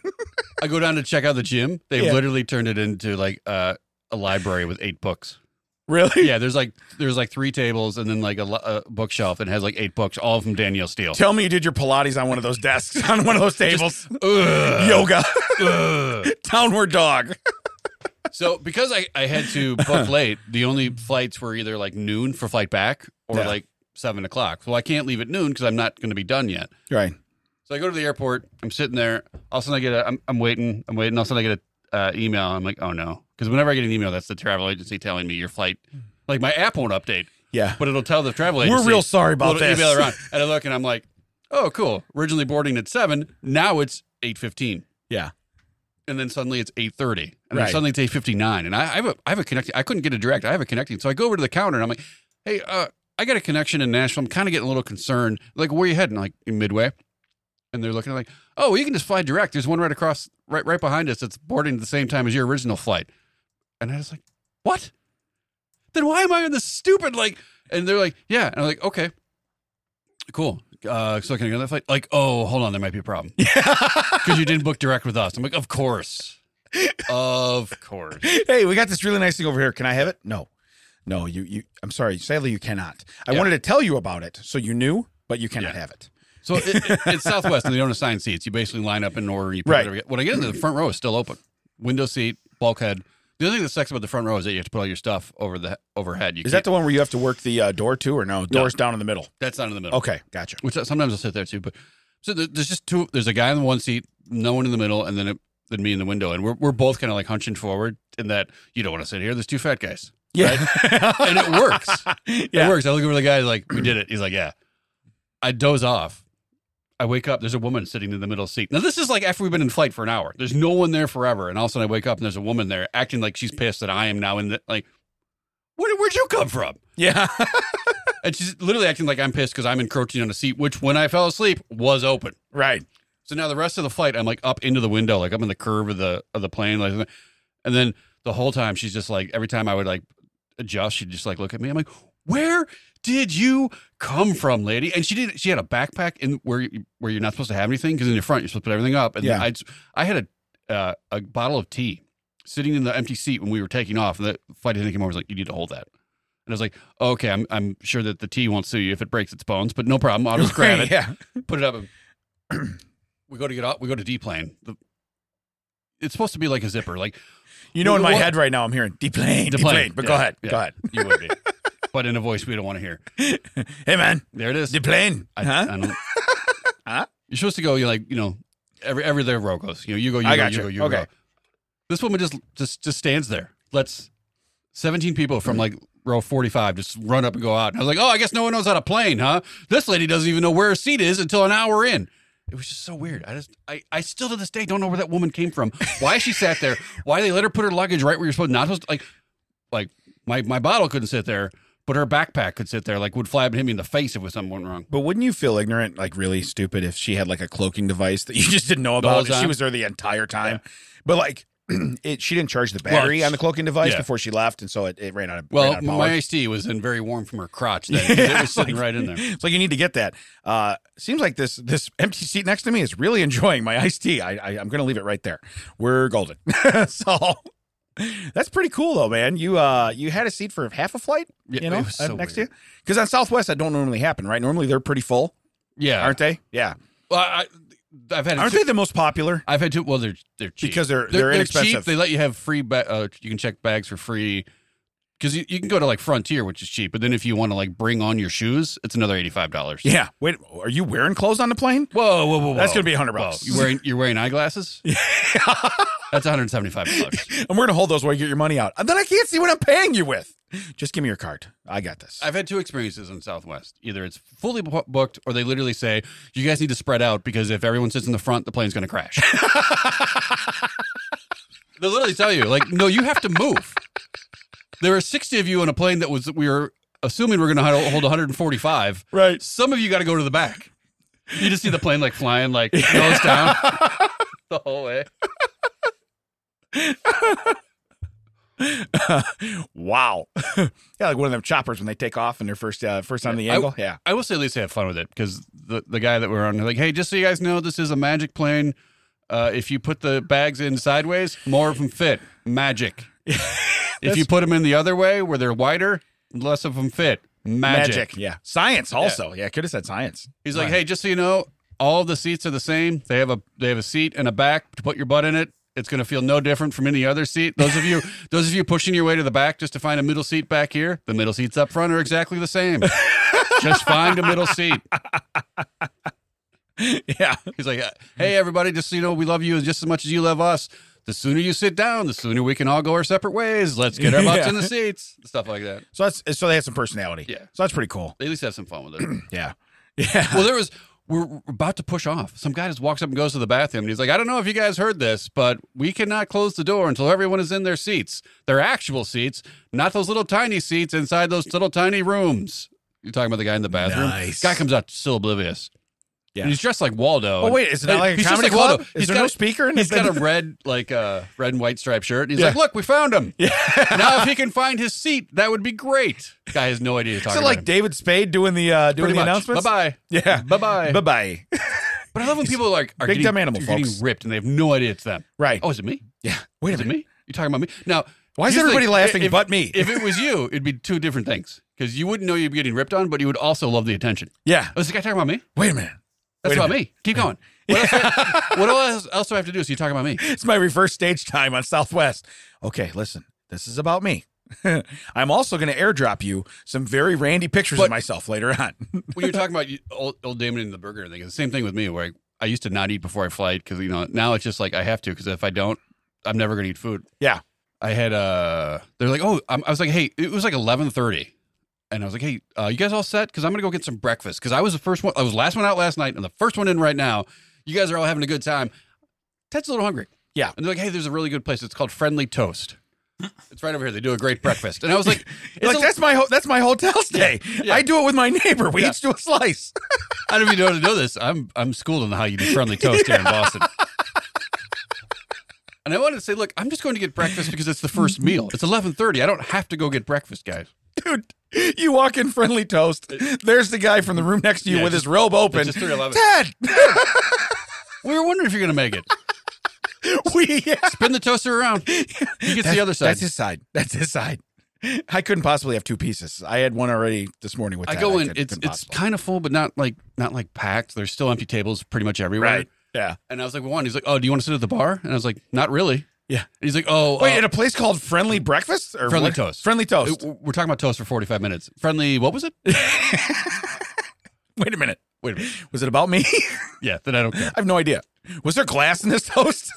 I go down to check out the gym. They've Yeah. literally turned it into like uh, a library with eight books. Really? Yeah, there's like there's like three tables and then like a, lo- a bookshelf that has like eight books, all from Danielle Steele. Tell me you did your Pilates on one of those desks, on one of those tables. Ugh. Yoga, Ugh. downward dog. So because I, I had to book late, the only flights were either like noon for flight back or Yeah. like seven o'clock. So I can't leave at noon because I'm not going to be done yet. Right. So I go to the airport. I'm sitting there. All of a sudden I get a, I'm, I'm waiting. I'm waiting. All of a sudden I get a uh, email. I'm like, oh no, because whenever I get an email, that's the travel agency telling me your flight. Like my app won't update, Yeah. but it'll tell the travel agency. We're real sorry about Little this. email around, and I look and I'm like, oh cool. Originally boarding at seven, now it's eight fifteen. Yeah. and then suddenly it's 8.30 and then Right. suddenly it's 8.59 and I, I have a i have a connecting i couldn't get a direct i have a connecting so i go over to the counter and i'm like hey uh, i got a connection in nashville i'm kind of getting a little concerned like where you heading like in midway and they're looking like oh you can just fly direct there's one right across right right behind us that's boarding at the same time as your original flight and i was like what then why am i in this stupid like and they're like yeah and i'm like okay cool uh, so can I get on that flight? Like, oh, hold on, there might be a problem because you didn't book direct with us. I'm like, of course, of course. hey, we got this really nice thing over here. Can I have it? No. No, you you I'm sorry. Sadly you cannot. I Yeah. wanted to tell you about it so you knew, but you cannot Yeah. have it. So it, it- it's Southwest, and they don't assign seats. You basically line up in order. You pick Right. whatever you get. When I get into the front row, is still open. Window seat, bulkhead. The other thing that sucks about the front row is that you have to put all your stuff over the overhead. You Is that can't- the one where you have to work the uh, door to or no? Doors down in the middle. that's not in the middle? Okay, gotcha. Which uh, sometimes I'll sit there too. But so there- there's just two. There's a guy in the one seat, no one in the middle, and then it, then me in the window, and we're we're both kind of like hunching forward. In that you don't want to sit here. There's two fat guys, Yeah. and it works. yeah. It works. I look over the guy like, we did it. He's like, yeah. I doze off. I wake up. There's a woman sitting in the middle seat. Now this is like after we've been in flight for an hour. There's no one there forever, and all of a sudden I wake up and there's a woman there acting like she's pissed that I am now in the like. Where, where'd you come from? Yeah. And she's literally acting like I'm pissed because I'm encroaching on a seat, which when I fell asleep was open. right. So now the rest of the flight, I'm like up into the window, like I'm in the curve of the of the plane, like, and then the whole time she's just like, every time I would like adjust, she'd just like look at me. I'm like, where did you come from, lady? And she did. She had a backpack in where you- where you're not supposed to have anything because in your front you're supposed to put everything up. And Yeah. I I had a uh, a bottle of tea sitting in the empty seat when we were taking off, and the flight attendant came over and was like, you need to hold that. And I was like, okay, I'm I'm sure that the tea won't sue you if it breaks its bones, but no problem. I'll just grab it Yeah. put it up. and- we go to get off. We go to deplane. The, it's supposed to be like a zipper, like You know, in my What- head right now, I'm hearing deplane, Deplane. deplane. But go Yeah. ahead, Yeah. go ahead. you would be, but in a voice we don't want to hear. Hey man, There it is. deplane. I, huh? I don't- Huh? You're supposed to go. You're like you know every every their row goes. You know you go. You I go. got You you. go. You Okay. go. This woman just just just stands there. Let's seventeen people from like row forty five just run up and go out. And I was like, oh, I guess no one knows how to plane, huh? This lady doesn't even know where her seat is until an hour in. It was just so weird. I just, I, I still to this day don't know where that woman came from. Why she sat there? Why they let her put her luggage right where you're supposed not supposed to, like, like my my bottle couldn't sit there, but her backpack could sit there. Like would fly up and hit me in the face if something went wrong. but wouldn't you feel ignorant, like really stupid, if she had like a cloaking device that you just didn't know whole about? and She time? was there the entire time, but like, it, she didn't charge the Well, battery on the cloaking device yeah. before she left, and so it, it ran out of ran Well, out of power. my iced tea was in very warm from her crotch. Then 'cause it was sitting right in there. It's like you need to get that. Uh, seems like this this empty seat next to me is really enjoying my iced tea. I, I I'm gonna leave it right there. We're golden. so that's pretty cool though, man. You uh you had a seat for half a flight, Yeah, you know, it was uh, so next weird. to you. Because on Southwest, that don't normally happen, right? Normally they're pretty full, Yeah, aren't they? Yeah, well, I, I've had aren't two, they the most popular? I've had two. Well, they're they're cheap Because they're they're, they're, they're inexpensive. cheap. They let you have free. Ba- uh, you can check bags for free. because you, you can go to like Frontier, which is cheap, but then if you want to like bring on your shoes, it's another eighty five dollars. Yeah. Wait, are you wearing clothes on the plane? Whoa, whoa, whoa, whoa! That's gonna be $100 bucks. Whoa, You wearing you're wearing eyeglasses? Yeah, that's one hundred seventy five dollars. And we're gonna hold those while you get your money out. And then I can't see what I'm paying you with. Just give me your card. I got this. I've had two experiences on Southwest. Either it's fully bu- booked, or they literally say you guys need to spread out because if everyone sits in the front, the plane's gonna crash. they literally tell you like, no, you have to move. There are sixty of you on a plane that was we were assuming we're gonna hold hold one hundred and forty five. right. Some of you got to go to the back. You just see the plane like flying, like nose down the whole way. wow. yeah, like one of them choppers when they take off and they're first uh, first on the I- angle. yeah. I will say at least they have fun with it because the, the guy that we were on, like, hey, just so you guys know, this is a magic plane. Uh, if you put the bags in sideways, more of them fit. Magic. if you put them in the other way where they're wider, less of them fit. Magic. Yeah. Science also. Yeah, could have said science. He's like, hey, just so you know, all the seats are the same. They have a they have a seat and a back to put your butt in it. It's going to feel no different from any other seat. Those of you those of you pushing your way to the back just to find a middle seat back here, the middle seats up front are exactly the same. just find a middle seat. Yeah. He's like, hey, everybody, just so you know, we love you just as much as you love us. The sooner you sit down, the sooner we can all go our separate ways. Let's get our butts Yeah. in the seats. Stuff like that. So that's so they have some personality. Yeah. So that's pretty cool. They at least have some fun with it. Yeah. Yeah. well, there was we're about to push off. Some guy just walks up and goes to the bathroom, and he's like, "I don't know if you guys heard this, but we cannot close the door until everyone is in their seats, their actual seats, not those little tiny seats inside those little tiny rooms." You're talking about the guy in the bathroom. Nice. Guy comes out still oblivious. Yeah. And he's dressed like Waldo. Oh wait, is it not Hey, like a he's just comedy like Waldo. club? Is He's there got no a- speaker? In He's this got a thing? red, like uh, red and white striped shirt. And he's Yeah. like, "Look, we found him. Yeah. Now, if he can find his seat, that would be great." Guy has no idea. You're Is talking it about like him. David Spade doing the uh doing the announcements? Bye bye. Yeah. Bye bye. Bye bye. But I love when people like are big getting, dumb animal, are getting folks. ripped and they have no idea it's them. Right. Oh, is it me? yeah. Wait a Is it minute. me? You talking about me? Now, Why is here's the everybody thing. laughing If- but me? If it was you, it'd be two different things because you wouldn't know you'd be getting ripped on, but you would also love the attention. Yeah. Oh, is this guy talking about me? Wait a minute. That's Wait a about me. Keep going. What, else, what else, else do I have to do? So you're talking about me? It's my reverse stage time on Southwest. Okay, listen. This is about me. I'm also going to airdrop you some very randy pictures of But- myself later on. When you're talking about you- old, old Damon and the burger thing, it's the same thing with me where I, I used to not eat before I flight because you know now it's just like I have to because if I don't, I'm never gonna eat food. yeah. I had uh they're like, "Oh, I'm, I was like, "Hey, it was like 11:30." And I was like, "Hey, uh, you guys all set cuz I'm going to go get some breakfast cuz I was the first one I was last one out last night and the first one in right now. You guys are all having a good time. Ted's a little hungry." Yeah. And they're like, "Hey, there's a really good place. It's called Friendly Toast." it's right over here. They do a great breakfast. And I was like, it's like a- that's my ho- that's my hotel stay. yeah. I do it with my neighbor. We Yeah. each do a slice. I don't even know how to know this. I'm I'm schooled on how you do friendly toast here in Boston. And I wanted to say, look, I'm just going to get breakfast because it's the first meal. It's 11:30. I don't have to go get breakfast, guys. Dude, you walk in friendly toast. There's the guy from the room next to you Yeah, with just- his robe open. just 311. Ted, We were wondering if you're going to make it. we yeah. Spin the toaster around. He gets the other side. That's his side. That's his side. I couldn't possibly have two pieces. I had one already this morning with. I Ted. go in. couldn't- It's couldn't it's possibly. kind of full, but not like not like packed. There's still empty tables pretty much everywhere. right. Yeah. And I was like, well, one. He's like, oh, do you want to sit at the bar? And I was like, not really. Yeah. And he's like, oh, Wait, uh, at a place called Friendly Breakfast or Friendly what? Toast. Uh, Friendly Toast. w- we're talking about toast for 45 minutes. Friendly. What was it? Wait a minute. Wait a minute. Was it about me? Yeah. Then I don't care. I have no idea. Was there glass in this toast?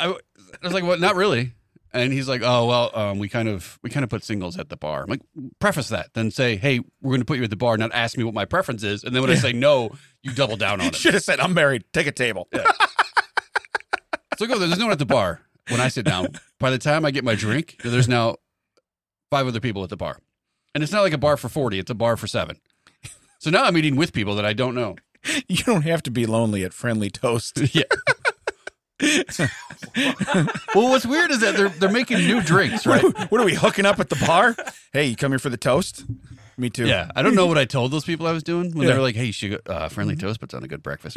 I, w- I was like, well, not really. And he's like, oh well, um, we kind of we kind of put singles at the bar. I'm like, preface that, then say, hey, we're going to put you at the bar, not ask me what my preference is. And then when I say no, you double down on it. Should have said, "I'm married. Take a table." So I go there. "Oh, There's no one at the bar when I sit down. By the time I get my drink, there's now five other people at the bar, and it's not like a bar for forty; it's a bar for seven. So now I'm eating with people that I don't know. You don't have to be lonely at Friendly Toast. Yeah. well, what's weird is that they're they're making new drinks, right? What are we hooking up at the bar? Hey, you come here for the toast? Me too. Yeah, I don't know what I told those people I was doing when Yeah. they were like, "Hey, you should go, uh, friendly toast puts on a good breakfast."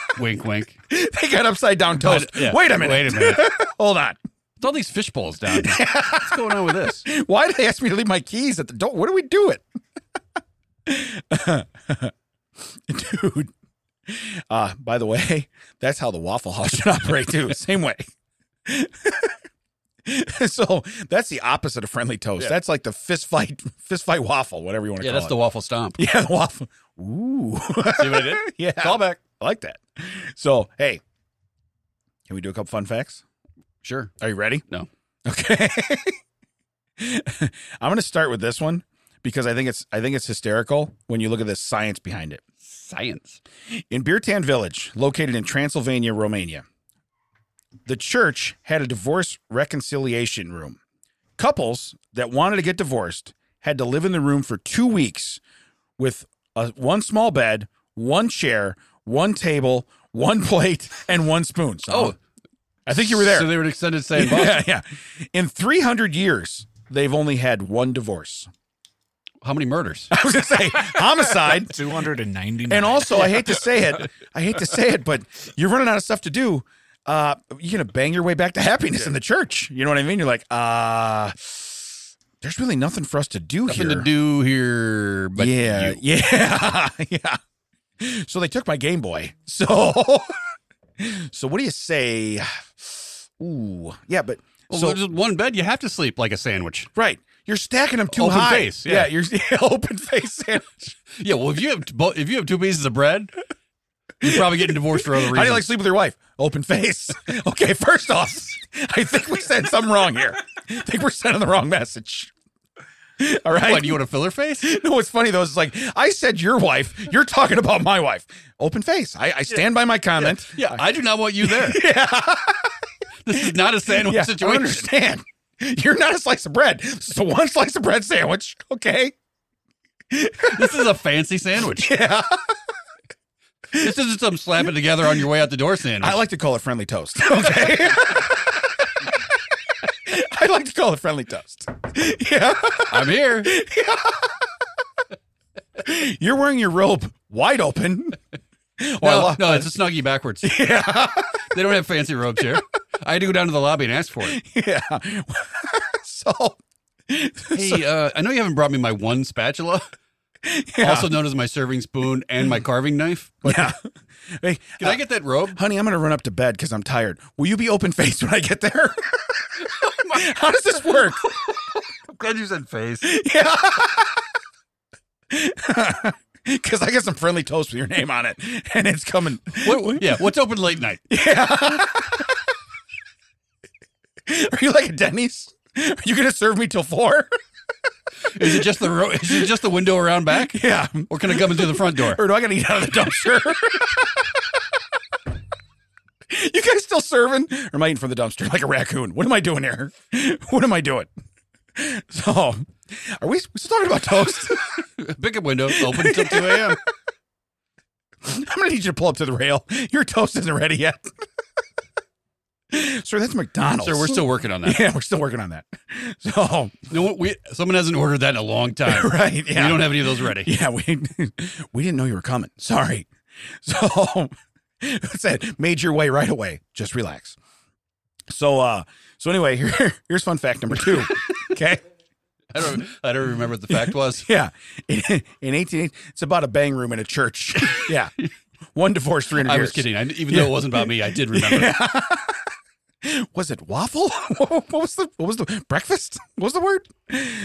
wink, wink. They got upside down toast. But, yeah. Wait a minute. Wait a minute. Hold on. It's all these fish bowls down. here. What's going on with this? Why did they ask me to leave my keys at the door? What are we doing? Dude. Uh, by the way, that's how the Waffle House should operate too. Same way. so that's the opposite of friendly toast. Yeah. That's like the fist fight, fist fight waffle, whatever you want to Yeah, call that's it. the waffle stomp. yeah, the waffle. Ooh, See what I did? yeah, Callback. I like that. So hey, can we do a couple fun facts? Sure. Are you ready? No. Okay. I'm going to start with this one because I think it's I think it's hysterical when you look at the science behind it. Science. In Birtan Village, located in Transylvania, Romania, the church had a divorce reconciliation room. Couples that wanted to get divorced had to live in the room for 2 weeks with a, one small bed, one chair, one table, one plate, and one spoon. So Oh. I think you were there. So they were an extended stay in Boston. Yeah, yeah. In 300 years, they've only had one divorce. How many murders? I was going to say homicide. 299. And also, I hate to say it. I hate to say it, but you're running out of stuff to do. Uh, you're going to bang your way back to happiness in the church. You know what I mean? You're like, uh, there's really nothing for us to do Nothing here. to do here. But yeah, you. yeah, yeah. So they took my Game Boy. So, so what do you say? Ooh, yeah, but Well, so just one bed, you have to sleep like a sandwich. Right. You're stacking them too Open high. face, yeah. you're open face sandwich. Yeah. Well, if you have bo- if you have two pieces of bread, you're probably getting divorced for other reasons. How do you like sleep with your wife? Open face. Okay, first off, I think we said something wrong here. I think we're sending the wrong message. All right. What, do you want a filler face? no, what's funny though is like I said your wife, you're talking about my wife. Open face. I, I stand by my comment. Yeah, I do not want you there. This is not a sandwich Yeah, I situation. understand. You're not a slice of bread. This is a one slice of bread sandwich. Okay. This is a fancy sandwich. Yeah. This isn't some slap it together on your way out the door sandwich. I like to call it friendly toast. Okay. I like to call it friendly toast. Yeah. I'm here. You're wearing your robe wide open. Oh, I No, lo- no, it's a snuggie backwards. Yeah. They don't have fancy robes here. I had to go down to the lobby and ask for it. Yeah. so, Hey, uh, I know you haven't brought me my one spatula, yeah. also known as my serving spoon and my carving knife. But yeah. Hey, uh, can I get that robe? honey, I'm going to run up to bed because I'm tired. Will you be open faced when I get there? How does this work? I'm glad you said face. Yeah. Because I got some friendly toast with your name on it, and it's coming. What, yeah, what's open late night? Yeah. Are you like a Denny's? Are you gonna serve me till four? Is it just the ro- is it just the window around back, Yeah. or can I come in through the front door? Or do I gotta eat out of the dumpster? you guys still serving? Or am I eating from the dumpster like a raccoon? What am I doing here? What am I doing? So, are we we still talking about toast? Pickup window open until two a.m. I'm gonna need you to pull up to the rail. Your toast isn't ready yet. Sir, that's McDonald's. Sir, we're still working on that. yeah, we're still working on that. So, No, we someone hasn't ordered that in a long time. right, yeah. We don't have any of those ready. Yeah, we we didn't know you were coming. Sorry. So said made your way right away. Just relax. So uh so anyway, here, here's fun fact number two. Okay. I don't. I don't remember what the fact was. Yeah. In, in 1880, it's about a bang room in a church. Yeah. One divorce, 300 I years. was kidding. I, even though it wasn't about me, I did remember. was it waffle? what was the what was the breakfast? What was the word?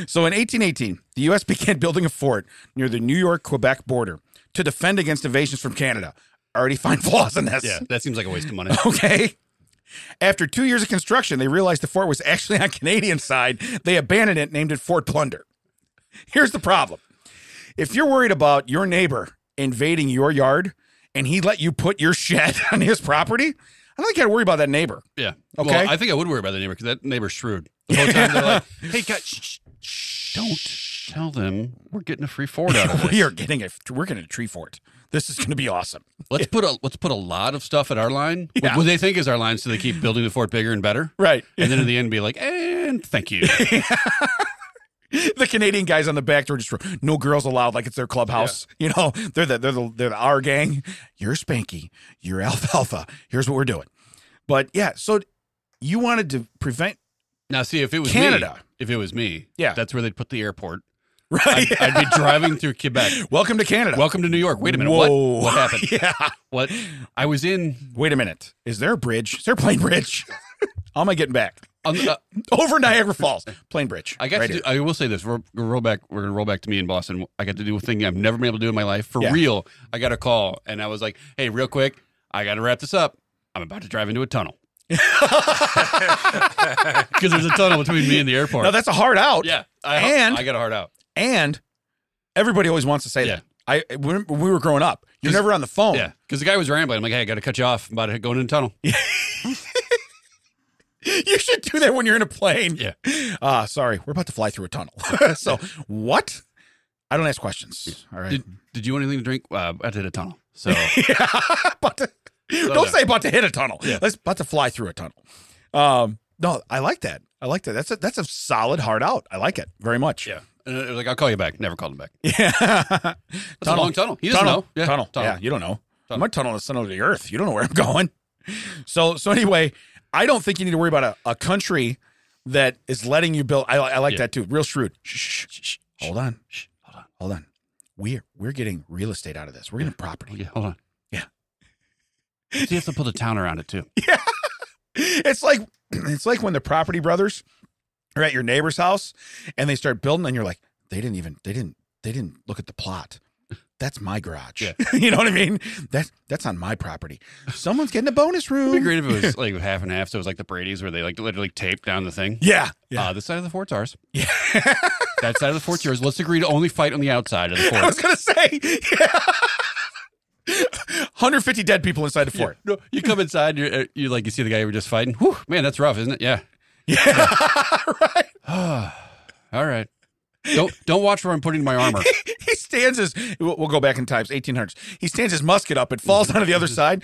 So in 1818, the U.S. began building a fort near the New York Quebec border to defend against invasions from Canada. Already find flaws in this. Yeah, that seems like a waste of money. Okay. After two years of construction, they realized the fort was actually on Canadian side. They abandoned it, named it Fort Plunder. Here's the problem: if you're worried about your neighbor invading your yard and he let you put your shed on his property, I don't think you got to worry about that neighbor. Yeah. Okay. Well, I think I would worry about the neighbor because that neighbor's shrewd. The whole time they're like, "Hey, guys, shh, shh, shh, don't tell them we're getting a free Ford out of we this. are getting a we're getting a tree fort. This is going to be awesome. Let's put a let's put a lot of stuff at our line. What- Yeah. What, they think is our line, so they keep building the fort bigger and better. Right. And then in the end, be like, "And thank you." the Canadian guys on the back door just wrote, no girls allowed, like it's their clubhouse. You know, they're the they're the they're the R gang. You're Spanky, you're Alfalfa. Here's what we're doing. But yeah, so you wanted to prevent Now, see if it was me- Canada. if it was me, Yeah. that's where they'd put the airport. right. I'd be driving through Quebec. Welcome to Canada. Welcome to New York. Wait a minute. Whoa. What? What happened? yeah. What? I was in. Wait a minute. Is there a bridge? Is there a plane bridge? How am I getting back? on the- uh, over Niagara Falls, Plain Bridge. I got right to. here. Do, I will say this. We're gonna roll back. We're gonna roll back to me in Boston. I got to do a thing I've never been able to do in my life. For Yeah. real, I got a call and I was like, "Hey, real quick, I got to wrap this up. I'm about to drive into a tunnel because there's a tunnel between me and the airport." Now that's a hard out. yeah, I, And- I got a hard out. And everybody always wants to say Yeah. that. I when when we were growing up, you're Just- never on the phone. Yeah, because the guy was rambling. I'm like, "Hey, I got to cut you off. I'm about to go into the tunnel." You should do that when you're in a plane. Yeah. Ah, sorry, we're about to fly through a tunnel. so what? I don't ask questions. All right. Did, did you want anything to drink? Uh, I did a tunnel. So yeah. about to, don't no. say about to hit a tunnel. Yeah. Let's about to fly through a tunnel. Um, no, I like that. I like that. That's a that's a solid hard out. I like it very much. yeah, and I was like, "I'll call you back." Never called him back. Yeah. That's That's a long tunnel. He doesn't tunnel. know. Yeah, Tunnel. tunnel. Yeah, you don't know. Tunnel. I'm going to tunnel the sun under the earth. You don't know where I'm going. So so anyway, I don't think you need to worry about a, a country that is letting you build. I, I like Yeah. that too. Real shrewd. Shh, shh, shh, shh. Hold on. Shh. Hold on. Hold on. We're we're getting real estate out of this. We're getting property. Okay, hold on. Yeah. See if they put a town around it too. It's like it's like when the property brothers are at your neighbor's house and they start building and you're like, they didn't even they didn't they didn't look at the plot. That's my garage. Yeah. you know what I mean? That's that's on my property. Someone's getting a bonus It'd room. be great if it was like half and half. So it was like the Brady's where they like literally tape down the thing. Yeah. Yeah. Uh, this side of the fort's ours. Yeah. That side of the fort's yours. Let's agree to only fight on the outside of the I fort. was gonna say yeah. 150 dead people inside the fort. No, you come inside, you you like you see the guy you were just fighting. Whew, man, that's rough, isn't it? Yeah. right. All right. Don't don't watch where I'm putting my armor. He stands his we'll we'll go back in times, 1800s. He stands his musket up, it falls onto the other side. Mm-hmm.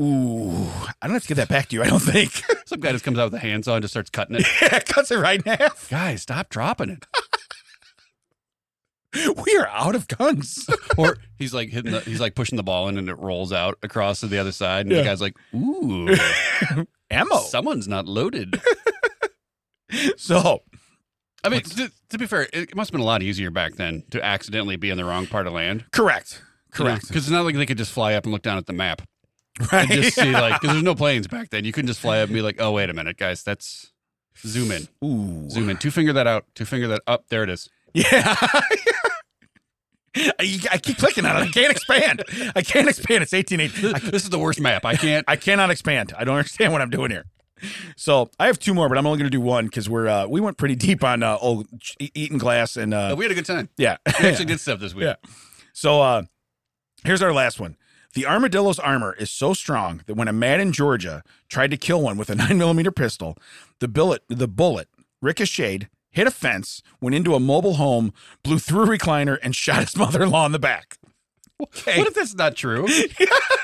Ooh. I don't have to give that back to you, I don't think. Some guy just comes out with a handsaw and just starts cutting it. Yeah, cuts it right in half. Guys, stop dropping it. We are out of guns. Or he's like hitting the, he's like pushing the ball in and it rolls out across to the other side, and Yeah. Oh. the guy's like, "Ooh, Ammo. someone's not loaded." So I mean, to, to be fair, it must have been a lot easier back then to accidentally be in the wrong part of land. correct. Correct. Because it's not like they could just fly up and look down at the map Right. and just see, like, because there's no planes back then. You couldn't just fly up and be like, oh, wait a minute, guys, that's zoom in, Ooh. zoom in, two finger that out, two finger that up. There it is. Yeah. I, I keep clicking on it. I can't expand. I can't expand. It's 1880. I, This is the worst map. I can't. I cannot expand. I don't understand what I'm doing here. So I have two more, but I'm only going to do one because we're uh, we went pretty deep on uh, old E- Eaton Glass and uh, we had a good time. yeah. Oh, We actually did stuff this week. Yeah. So uh here's our last one. The armadillo's armor is so strong that when a man in Georgia tried to kill one with a nine millimeter pistol, the billet the bullet ricocheted, hit a fence, went into a mobile home, blew through a recliner, and shot his mother in law in the back. Okay. What if that's not true?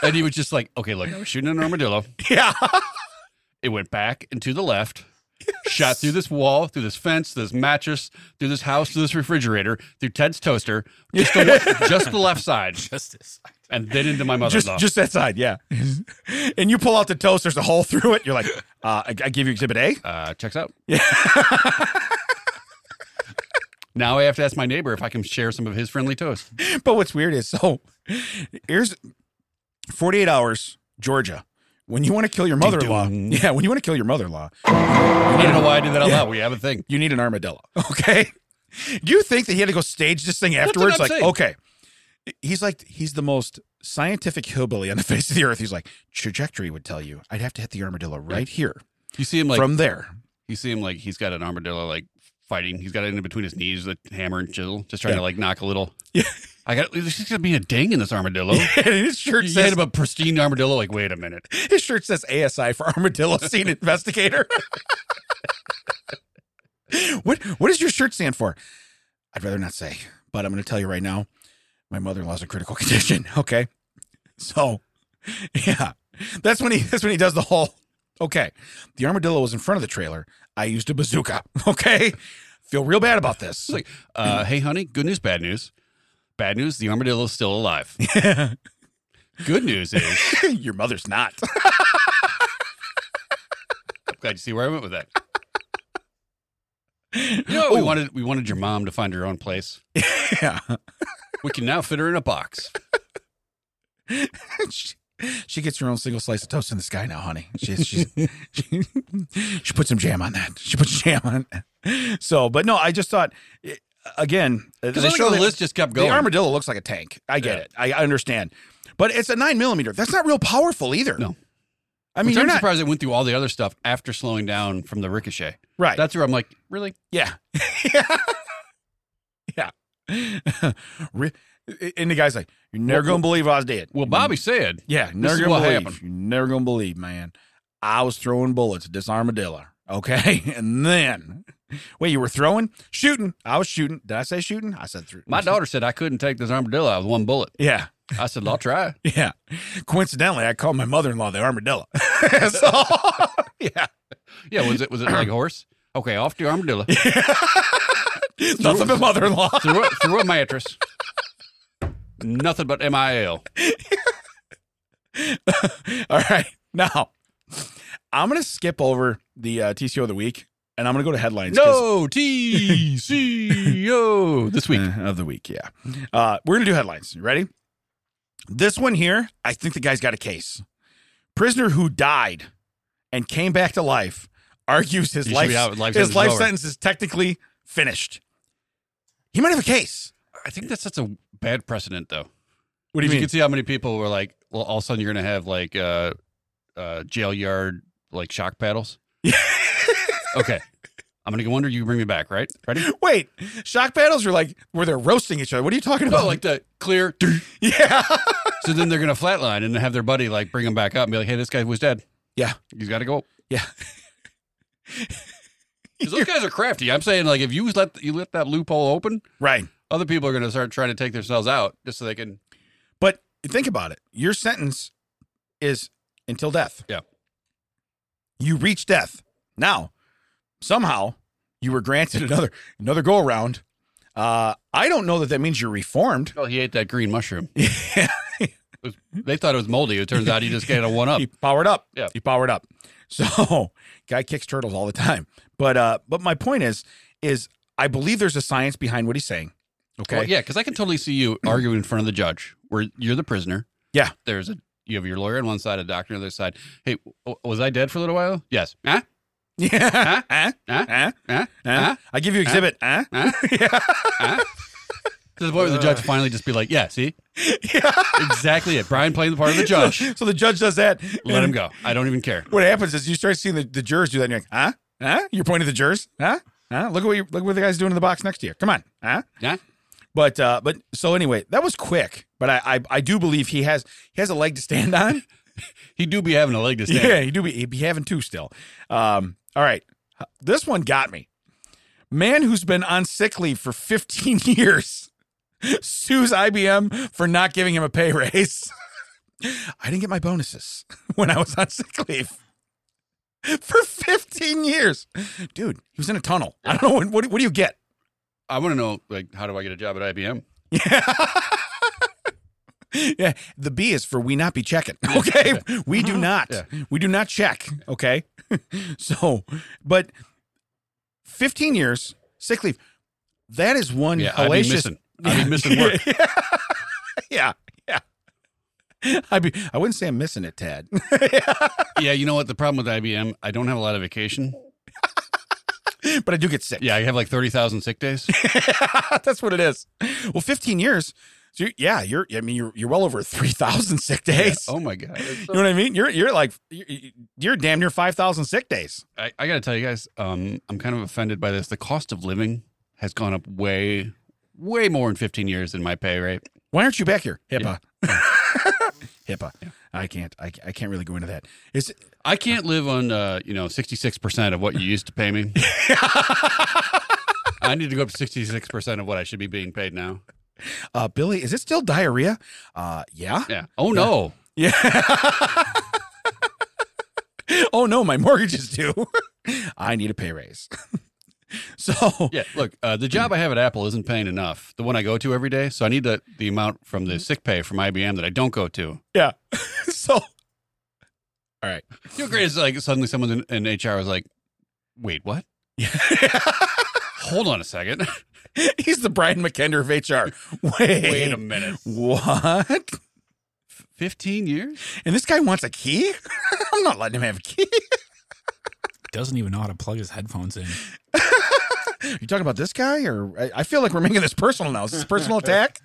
and he was just like, okay, look, I was shooting an armadillo. Yeah. It went back and to the left, shot through this wall, through this fence, this mattress, through this house, through this refrigerator, through Ted's toaster, just the, just the left side, Justice. and then into my mother in Just law. just that side, yeah. and you pull out the toast, there's a hole through it. You're like, uh, I, I give you exhibit A. Uh, checks out. now I have to ask my neighbor if I can share some of his friendly toast. But what's weird is so here's 48 hours, Georgia. When you want to kill your mother in law, yeah, when you want to kill your mother in law, I don't know why I did that out loud. We have a thing. you need an armadillo. Okay. Do you think that he had to go stage this thing afterwards? I'm Like, saying. okay. He's like, he's the most scientific hillbilly on the face of the earth. He's like, trajectory would tell you I'd have to hit the armadillo right here You see him like from there. you see him like he's got an armadillo like fighting. He's got it in between his knees, the hammer and chisel, just trying Yeah. to like knock a little. Yeah. I got. There's just gonna be a ding in this armadillo. and his shirt You hit says, him a pristine armadillo. Like, wait a minute. his shirt says ASI for armadillo scene investigator. what what does your shirt stand for? I'd rather not say, but I'm going to tell you right now. My mother-in-law's in critical condition. Okay, so yeah, that's when he that's when he does the whole. Okay, the armadillo was in front of the trailer. I used a bazooka. Okay, feel real bad about this. It's like, uh, hey, honey, good news, bad news. Bad news: the armadillo's still alive. Good news is, your mother's not. I'm glad you see where I went with that. You know, what we Ooh. wanted we wanted your mom to find her own place. yeah, We can now fit her in a box. She- She gets her own single slice of toast in the sky now, honey. She, she's, she, she put some jam on that. She put jam on that. So, but no, I just thought, eh, again, uh, they Because show the that- list just kept the going. armadillo looks like a tank. I get Yeah. it. I I understand. But it's a nine millimeter. That's not real powerful either. No. I mean, Which you're I'm not surprised it went through all the other stuff after slowing down from the ricochet. right. That's where I'm like, really? Yeah. yeah. Re- and the guy's like, You're never Well, going to believe I was dead. Well, Bobby said, Yeah, never is going to what believe. happened. You're never going to believe, man. I was throwing bullets at this armadillo. Okay. And then, wait, you were throwing? Shooting. I was shooting. Did I say shooting? I said through. my daughter said I couldn't take this armadillo out with one bullet. Yeah. I said, I'll try. Yeah. Coincidentally, I called my mother in law the armadillo. so, yeah. Yeah, was it was it like a horse? Okay, off to your armadillo. Nothing but mother in law. through, a, through a mattress. Nothing but MIL. All right. Now, I'm going to skip over the uh, TCO of the week and I'm going to go to headlines. 'cause- No TCO this week. Uh, of the week, yeah. Uh, we're going to do headlines. You ready? This one here, I think the guy's got a case. Prisoner who died and came back to life argues his He should life, be out, life sentence his is life over. sentence is technically finished. He might have a case. I think that's such a bad precedent, though. What You can see how many people were like, well, all of a sudden you're going to have like uh, uh, jail yard like shock paddles. okay. I'm going to go under. You bring me back, right? Ready? Wait, shock paddles are like where they're roasting each other. What are you talking about? No, Oh, like the clear. yeah, So then they're going to flatline and have their buddy like bring him back up and be like, hey, this guy was dead. Yeah. He's got to go. yeah. 'Cause those guys are crafty. I'm saying like if you let you let that loophole open, Right. other people are going to start trying to take themselves out just so they can. But think about it. Your sentence is until death. Yeah. You reach death. Now, somehow you were granted another another go around. Uh, I don't know that that means you're reformed. Oh, he ate that green mushroom. Yeah. They thought it was moldy. It turns out he just got a one up. He powered up. Yeah. He powered up. So, guy kicks turtles all the time. But uh, but my point is is I believe there's a science behind what he's saying. Okay. Well, yeah, because I can totally see you arguing in front of the judge where you're the prisoner. Yeah. There's a you have your lawyer on one side, a doctor on the other side. Hey, w- was I dead for a little while? Yes. Huh? Yeah. Huh? Huh? Huh? Huh? Huh? Huh? I give you exhibit. Huh? To the point where the judge finally just be like, "Yeah, see, exactly it." Brian playing the part of the judge. So the judge does that. Let and- him go. I don't even care. what happens is you start seeing the, the jurors do that, and you're like, huh? Huh? You're pointing at the jurors? Huh? Huh? Look at what you, look what the guy's doing in the box next to you. Come on. Huh? Yeah. But uh but so anyway, that was quick. But I I, I do believe he has he has a leg to stand on. He do be having a leg to stand. Yeah, he do be he'd be having two still. Um all right. This one got me. Man who's been on sick leave for 15 years sues IBM for not giving him a pay raise. I didn't get my bonuses when I was on sick leave for 15 years. Dude, he was in a tunnel. I don't know. What, what, what do you get? I want to know like, how do I get a job at IBM? Yeah, the B is for we not be checking. Okay, we do not. Yeah. We do not check. Okay, so but fifteen years sick leave. That is one Yeah, I'd be hellacious. missing. I'd be missing work. yeah, yeah. I be. I wouldn't say I'm missing it, Tad. yeah, you know what? The problem with IBM, I don't have a lot of vacation. but I do get sick. Yeah, I have like 30,000 sick days. that's what it is. Well, fifteen years. So you- yeah, you're. I mean, you're you're well over three thousand sick days. oh my God. It's You so- know what I mean? You're you're like you're, you're damn near five thousand sick days. I, I got to tell you guys, um, I'm kind of offended by this. The cost of living has gone up way, way more in 15 years than my pay rate. Why aren't you back here? HIPAA. HIPAA. I can't. I, I can't really go into that. Is I can't live on, uh, you know, 66% of what you used to pay me. I need to go up to 66% of what I should be being paid now. uh, Billy? Is it still diarrhea? Uh, yeah. Yeah. Oh, no. Yeah. oh no, my mortgage is due. I need a pay raise. so Yeah, look, uh, the job I have at Apple isn't paying enough. The one I go to every day, so I need the, the amount from the sick pay from IBM that I don't go to. yeah. so all right. You know, great. It's like suddenly someone in, in HR was like, "Wait, what? Hold on a second. He's the Brian McKender of HR. Wait. Wait a minute. What? 15 years? And this guy wants a key? I'm not letting him have a key. Doesn't even know how to plug his headphones in. You talking about this guy, or I, I feel like we're making this personal now. Is this a personal attack?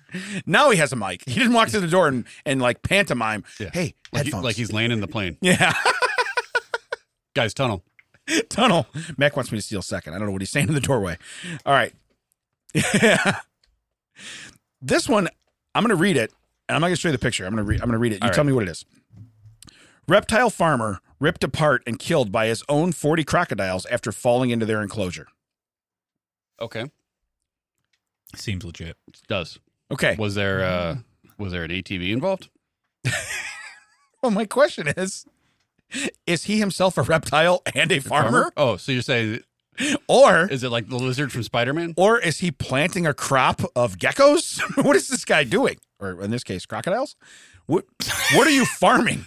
Now he has a mic. He didn't walk to the door and, and like pantomime. Yeah. Hey, Like, he- headphones. like he's landing the plane. yeah, Guys, tunnel. tunnel. Mac wants me to steal second. I don't know what he's saying in the doorway. All right. Yeah. This one, I'm gonna read it, and I'm not gonna show you the picture. I'm gonna read. I'm gonna read it. You All tell right. me what it is. Reptile farmer ripped apart and killed by his own 40 crocodiles after falling into their enclosure. Okay. Seems legit. Does. Okay. Was there uh was there an ATV involved? Well, my question is Is he himself a reptile and a farmer? Oh, so you're saying Or is it like the lizard from Spider-Man? or is he planting a crop of geckos? what is this guy doing? Or in this case, crocodiles? What what are you farming?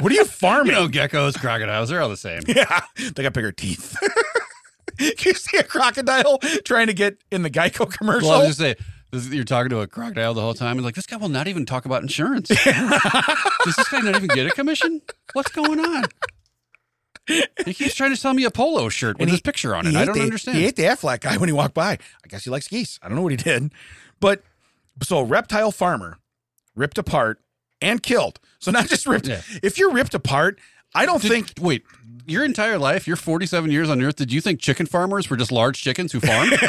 what are you You farming? know, geckos, crocodiles, they're all the same. yeah. They got bigger teeth. Can you see a crocodile trying to get in the Geico commercial? Well, I was just saying, this, you're talking to a crocodile the whole time, and like this guy will not even talk about insurance. Does this guy not even get a commission? What's going on? He keeps trying to sell me a polo shirt with And he- his picture on He it. I ate don't the- understand. He ate the Affleck guy when he walked by. I guess he likes geese. I don't know what he did. But so reptile farmer ripped apart and killed. So not just ripped. Yeah. If you're ripped apart, I don't Did- think Wait, your entire life, your 47 years on Earth, did you think chicken farmers were just large chickens who farmed?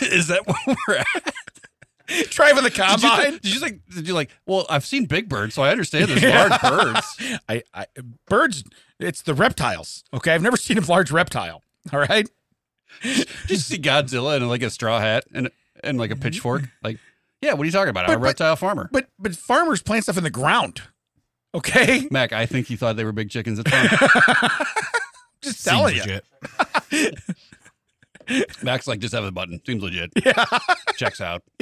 Is that what we're at? driving the Did you, combine. think, did you think? Did you like? Well, I've seen big birds, so I understand there's large birds. I, I birds. It's the reptiles. Okay, I've never seen a large reptile. All right. Did you see Godzilla in like a straw hat and and like a pitchfork? Like, yeah, what are you talking about? I'm But- a but- reptile farmer. But but farmers plant stuff in the ground. Okay, Mac, I think he thought they were big chickens at the time. just Seems telling you. legit. Mac's like, just have a button. Seems legit. Checks out.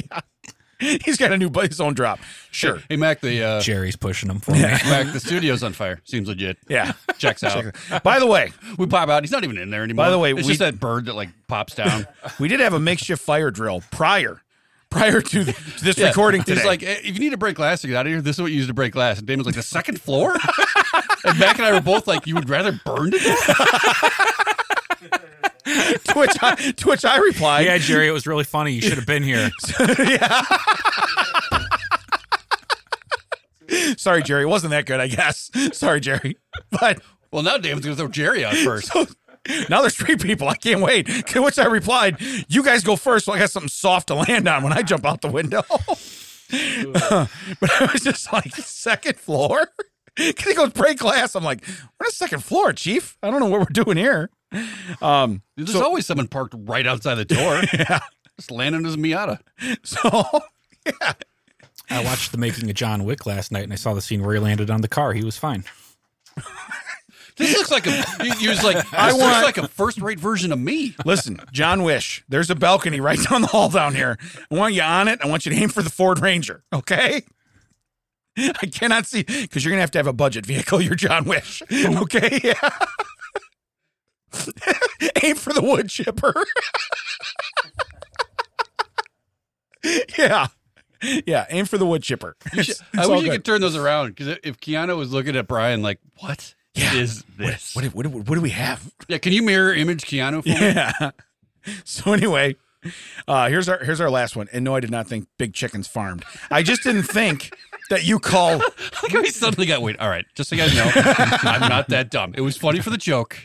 He's got a new his own drop. Sure. Hey, Mac, the uh, Jerry's pushing them for me. Mac, the studio's on fire. Seems legit. Yeah. Checks out. By the way, We pop out. He's not even in there anymore. By the way, it's we- just that bird that like pops down. We did have a makeshift fire drill prior, prior to th- to this Yeah. recording today. He's like, "Eh, if you need to break glass to get out of here, this is what you use to break glass. And Damon's like, the second floor? and Mac and I were both like, you would rather burn to death? to which I, to which I replied, yeah, Jerry, it was really funny. You should have been here. "Sorry, Jerry, it wasn't that good, I guess. Sorry, Jerry." But Well, now Damon's going to throw Jerry out first. now there's three people. I can't wait. To which I replied, "You guys go first, so I got something soft to land on when I jump out the window." but I was just like, second floor. Cause he goes break glass. I'm like, we're on the second floor, Chief. I don't know what we're doing here. Um, There's always someone parked right outside the door. yeah. Just landing his Miata. so I watched the making of John Wick last night, and I saw the scene where he landed on the car. He was fine. This looks like a he- he was like I I this want- looks like a first rate version of me. Listen, John Wish, there's a balcony right down the hall down here. I want you on it. I want you to aim for the Ford Ranger, okay? I cannot see because you're gonna have to have a budget vehicle. You're John Wish, okay? Yeah. aim for the wood chipper. yeah, yeah. Aim for the wood chipper. You should- It's- I it's wish all you good. could turn those around because if Keanu was looking at Brian like, what is Yeah. this? What, what, what do we have? yeah, can you mirror image Keanu for me? Yeah. So anyway, uh, here's our here's our last one. And no, I did not think big chickens farmed. I just didn't think that you call. Like how he suddenly got wait. All right, just so you guys know, I'm not that dumb. It was funny for the joke,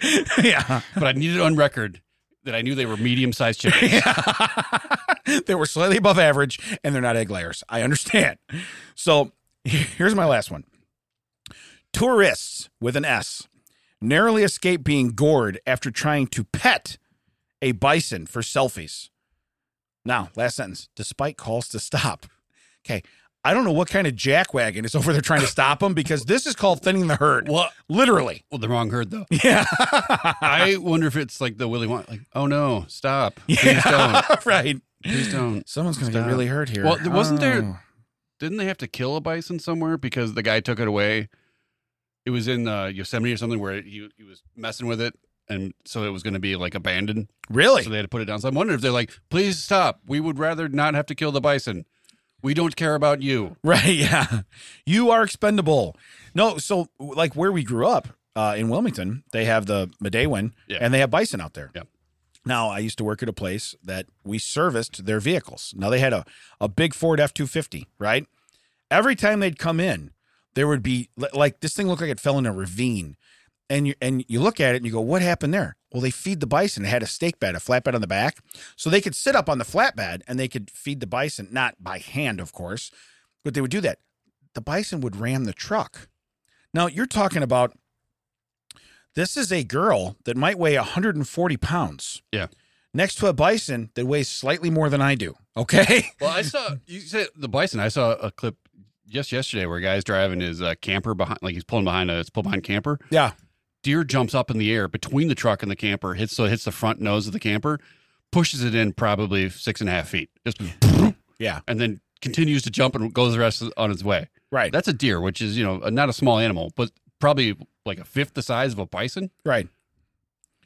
Yeah, but I needed on record that I knew they were medium sized chickens. they were slightly above average, and they're not egg layers. I understand. So here's my last one. Tourists with an S narrowly escaped being gored after trying to pet a bison for selfies. Now, last sentence. Despite calls to stop. Okay. I don't know what kind of jackwagon is over there trying to stop them because this is called thinning the herd. Well, Literally. well, the wrong herd though. Yeah. I wonder if it's like the Willy Wonka. Like, oh no, stop! Please don't! right. Please don't! Someone's going to get Stop. really hurt here. Well, there- wasn't there- Oh. didn't they have to kill a bison somewhere because the guy took it away? It was in uh, Yosemite or something where he, he was messing with it, and so it was going to be like abandoned. Really? So they had to put it down. So I'm wondering if they're like, please stop. We would rather not have to kill the bison. We don't care about you. Right. Yeah. You are expendable. No. So, like where we grew up uh, in Wilmington, they have the Medewin Yeah. and they have bison out there. Yep. Now, I used to work at a place that we serviced their vehicles. Now, they had a, a big Ford F 250, right? Every time they'd come in, there would be li- like this thing looked like it fell in a ravine. And you, and you look at it and you go, what happened there? Well, they feed the bison. It had a steak bed, a flatbed on the back. So they could sit up on the flatbed and they could feed the bison, not by hand, of course, but they would do that. The bison would ram the truck. Now you're talking about this is a girl that might weigh 140 pounds. Yeah. Next to a bison that weighs slightly more than I do. Okay. Well, I saw you said the bison. I saw a clip just yesterday where a guy's driving his uh, camper behind, like he's pulling behind a it's pulled behind camper. Yeah. Deer jumps up in the air between the truck and the camper, hits so it hits the front nose of the camper, pushes it in probably six and a half feet, just Yeah. and then continues to jump and goes the rest of- on its way. Right. That's a deer, which is you know not a small animal, but probably like a fifth the size of a bison, right.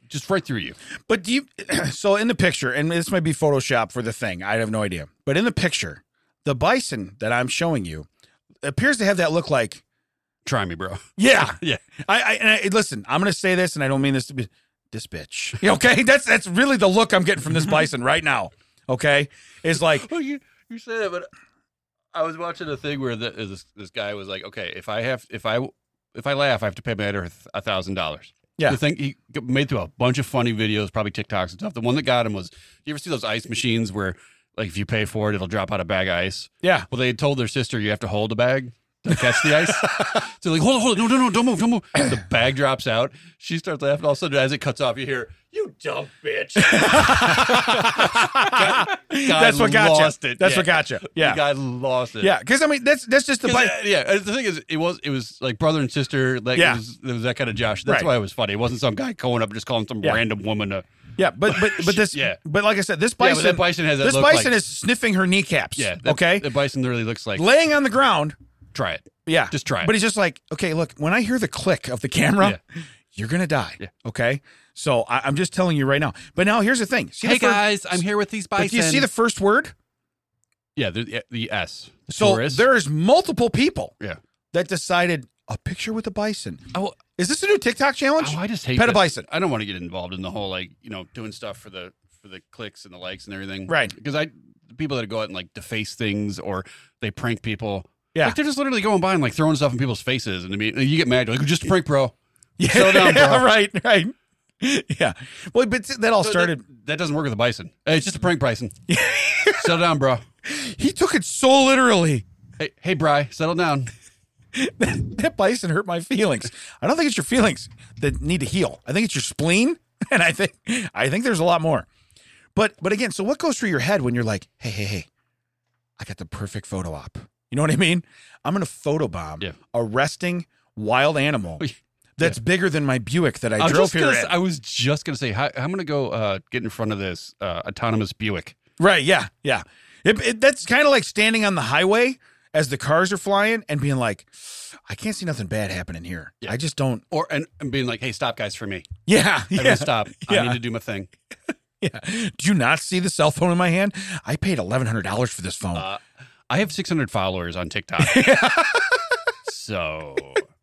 just right through you. But do you so in the picture, and this might be Photoshop for the thing, I have no idea. But in the picture, the bison that I'm showing you appears to have that look like Try me, bro. Yeah, Yeah. I, I, and I listen. I'm going to say this, and I don't mean this to be this bitch. Yeah, Okay, that's that's really the look I'm getting from this bison right now. Okay, is like Well, you you say that, but I was watching a thing where the, this this guy was like, okay, if I have if I if I laugh, I have to pay my editor a thousand dollars. Yeah. the thing he g- made through a bunch of funny videos, probably TikToks and stuff. The one that got him was you ever see those ice machines where like if you pay for it, it'll drop out a bag of ice. yeah, Well, they had told their sister you have to hold a bag to catch the ice. so like, hold on, hold on, no, no, no, don't move, don't move. The bag drops out. She starts laughing. All of a sudden, as it cuts off, you hear, "You dumb bitch." that's what got lost you. it. That's Yeah. what got you. The Yeah, guy lost it. yeah. Because I mean, that's that's just the 'Cause, bison. uh, yeah, and the thing is, it was it was like brother and sister. Like Yeah. it, was, it was that kind of Josh. That's Right. why it was funny. It wasn't some guy going up and just calling some Yeah. random woman a. Yeah, but but but this. Yeah. but like I said, this Yeah, bison. but that bison has that this look bison like- is sniffing her kneecaps. Yeah, that, okay, The bison really looks like. laying on the ground. Try it. Yeah, Just try it. But he's just like, okay, look, when I hear the click of the camera, you're gonna die. Yeah. Okay, so I, I'm just telling you right now. But now here's the thing. See the fir- I'm here with these But do you see the first word? yeah, the, yeah, the S. The So Taurus. there's multiple people Yeah. that decided a picture with a bison. Oh, Is this a new TikTok challenge? oh, I just hate Pet a this. bison. I don't want to get involved in the whole like you know doing stuff for the for the clicks and the likes and everything. Right. Because I the people that go out and like deface things or they prank people. Yeah. Like they're just literally going by and like throwing stuff in people's faces, and I mean, you get mad. You're like, just prank, bro. yeah, Settle down, bro. right, right. Yeah. Well, but that all started. That, that doesn't work with a bison. Hey, it's just a prank, Bryson. settle down, bro. He took it so literally. Hey, hey, Bry, settle down. That bison hurt my feelings. I don't think it's your feelings that need to heal. I think it's your spleen, and I think I think there's a lot more. But but again, so what goes through your head when you're like, hey hey hey, I got the perfect photo op. You know what I mean? I'm gonna photobomb Yeah. a resting wild animal Yeah. that's bigger than my Buick that I was drove just here. gonna, in. I was just gonna say, hi, I'm gonna go uh, get in front of this uh, autonomous Buick. Right. Yeah. Yeah. It, it, that's kind of like standing on the highway as the cars are flying and being like, I can't see nothing bad happening here. Yeah. I just don't. Or and, and being like, "Hey, stop, guys, for me. Yeah. Everyone, Yeah. stop. Yeah. I need to do my thing." yeah. Do you not see the cell phone in my hand? I paid $1,100 for this phone. Uh, I have 600 followers on TikTok, so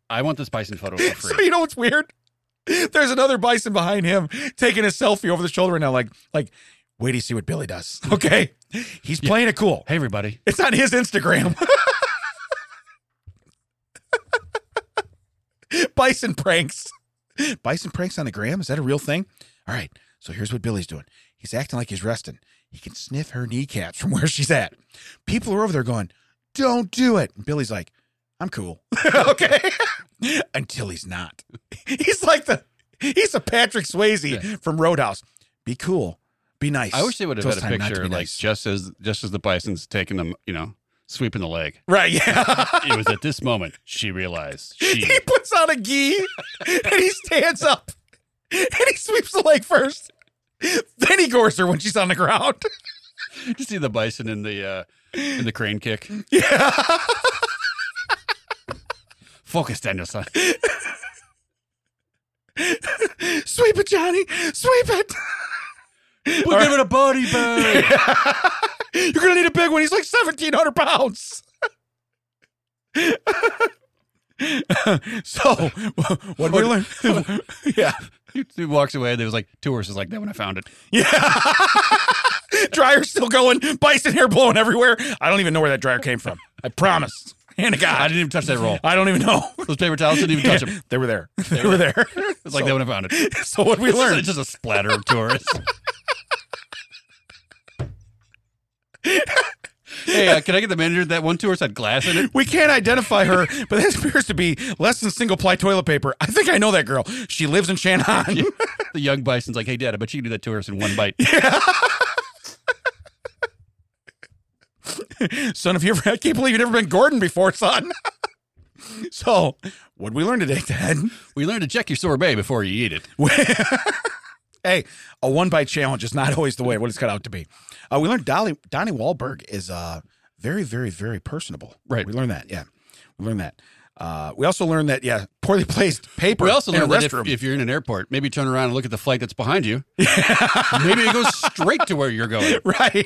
I want this bison photo for so free. you know what's weird? There's another bison behind him taking a selfie over the shoulder right now. Like, like, wait till you see what Billy does. Okay. He's playing it cool. Hey, everybody! It's on his Instagram. Bison pranks. Bison pranks on the gram? Is that a real thing? All right. So here's what Billy's doing. He's acting like he's resting. He can sniff her kneecaps from where she's at. People are over there going, don't do it. And Billy's like, I'm cool. okay. Until he's not. He's like the, he's a Patrick Swayze from Roadhouse. Be cool. Be nice. I wish they would have Till had it's a time not to picture be like nice. just as just as the bison's taking them, you know, sweeping the leg. right. Yeah. It was at this moment she realized she. He puts on a gi and he stands up and he sweeps the leg first. Then he gores her when she's on the ground. Did you see the bison in the uh, in the crane kick? Yeah. Focus, Danielson. Sweep it, Johnny. Sweep it. We're giving a body bag. You're gonna need a big one. He's like seventeen hundred pounds. so what did we learn? yeah, He, he walks away. There was like two horses like that when I found it. yeah. Dryer's still going. Bison hair blowing everywhere. I don't even know where that dryer came from. I promise. Hand to I God, didn't even touch that roll. I don't even know. Those paper towels didn't even touch them. They were there. They were there. It's like that when I found it. So what we It's just, learned? it's just a splatter of tourists. hey, uh, can I get the manager that one tourist had glass in it? We can't identify her, but this appears to be less than single ply toilet paper. I think I know that girl. She lives in Shannon. The young bison's like, hey, dad, I bet you can do that tourist in one bite. son, if you ever, I can't believe you've never been Gordon before, son. so, what we learn today, Ted? We learned to check your sorbet before you eat it. hey, a one bite challenge is not always the way what it's cut out to be. Uh, we learned Dolly, Donnie Wahlberg is uh, very, very, very personable. Right. We learned that. Yeah. We learned that. Uh, we also learned that, yeah, poorly placed paper. We also in a learned that if, restroom. if you're in an airport, maybe turn around and look at the flight that's behind you. maybe it goes straight to where you're going. right.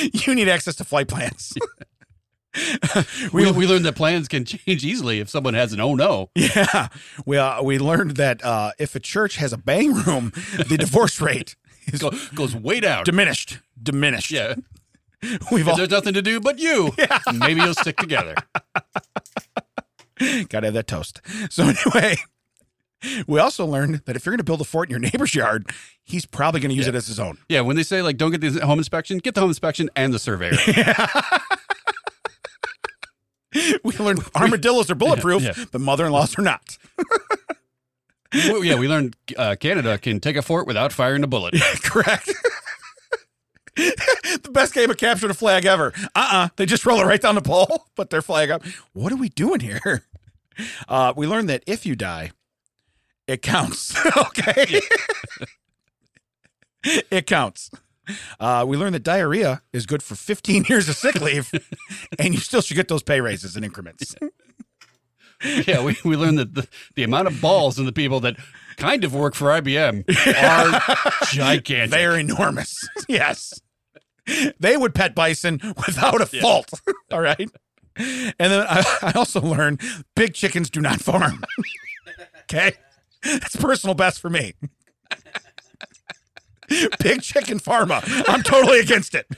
you need access to flight plans. We, we learned that plans can change easily if someone has an oh no. Yeah, we uh, we learned that uh, if a church has a bang room, the divorce rate is Go, goes way down. diminished. Diminished. Yeah. we've all There's nothing to do but you. Maybe you'll stick together. got to have that toast. So anyway, we also learned that if you're going to build a fort in your neighbor's yard, he's probably going to use it as his own. Yeah, when they say like don't get the home inspection, get the home inspection and the surveyor. We learned armadillos are bulletproof, yeah. but mother-in-laws are not. Well, yeah, we learned uh, Canada can take a fort without firing a bullet. Correct. the best game of capture the flag ever. Uh-uh. They just roll it right down the pole, put their flag up. What are we doing here? Uh, we learned that if you die, it counts. okay. it counts. Uh, we learned that diarrhea is good for 15 years of sick leave, and you still should get those pay raises in increments. Yeah, we, we learned that the, the amount of balls in the people that kind of work for IBM are gigantic. They are enormous. yes. They would pet bison without a fault. All right. And then I, I also learned big chickens do not farm. okay. That's personal best for me. big chicken pharma. I'm totally against it.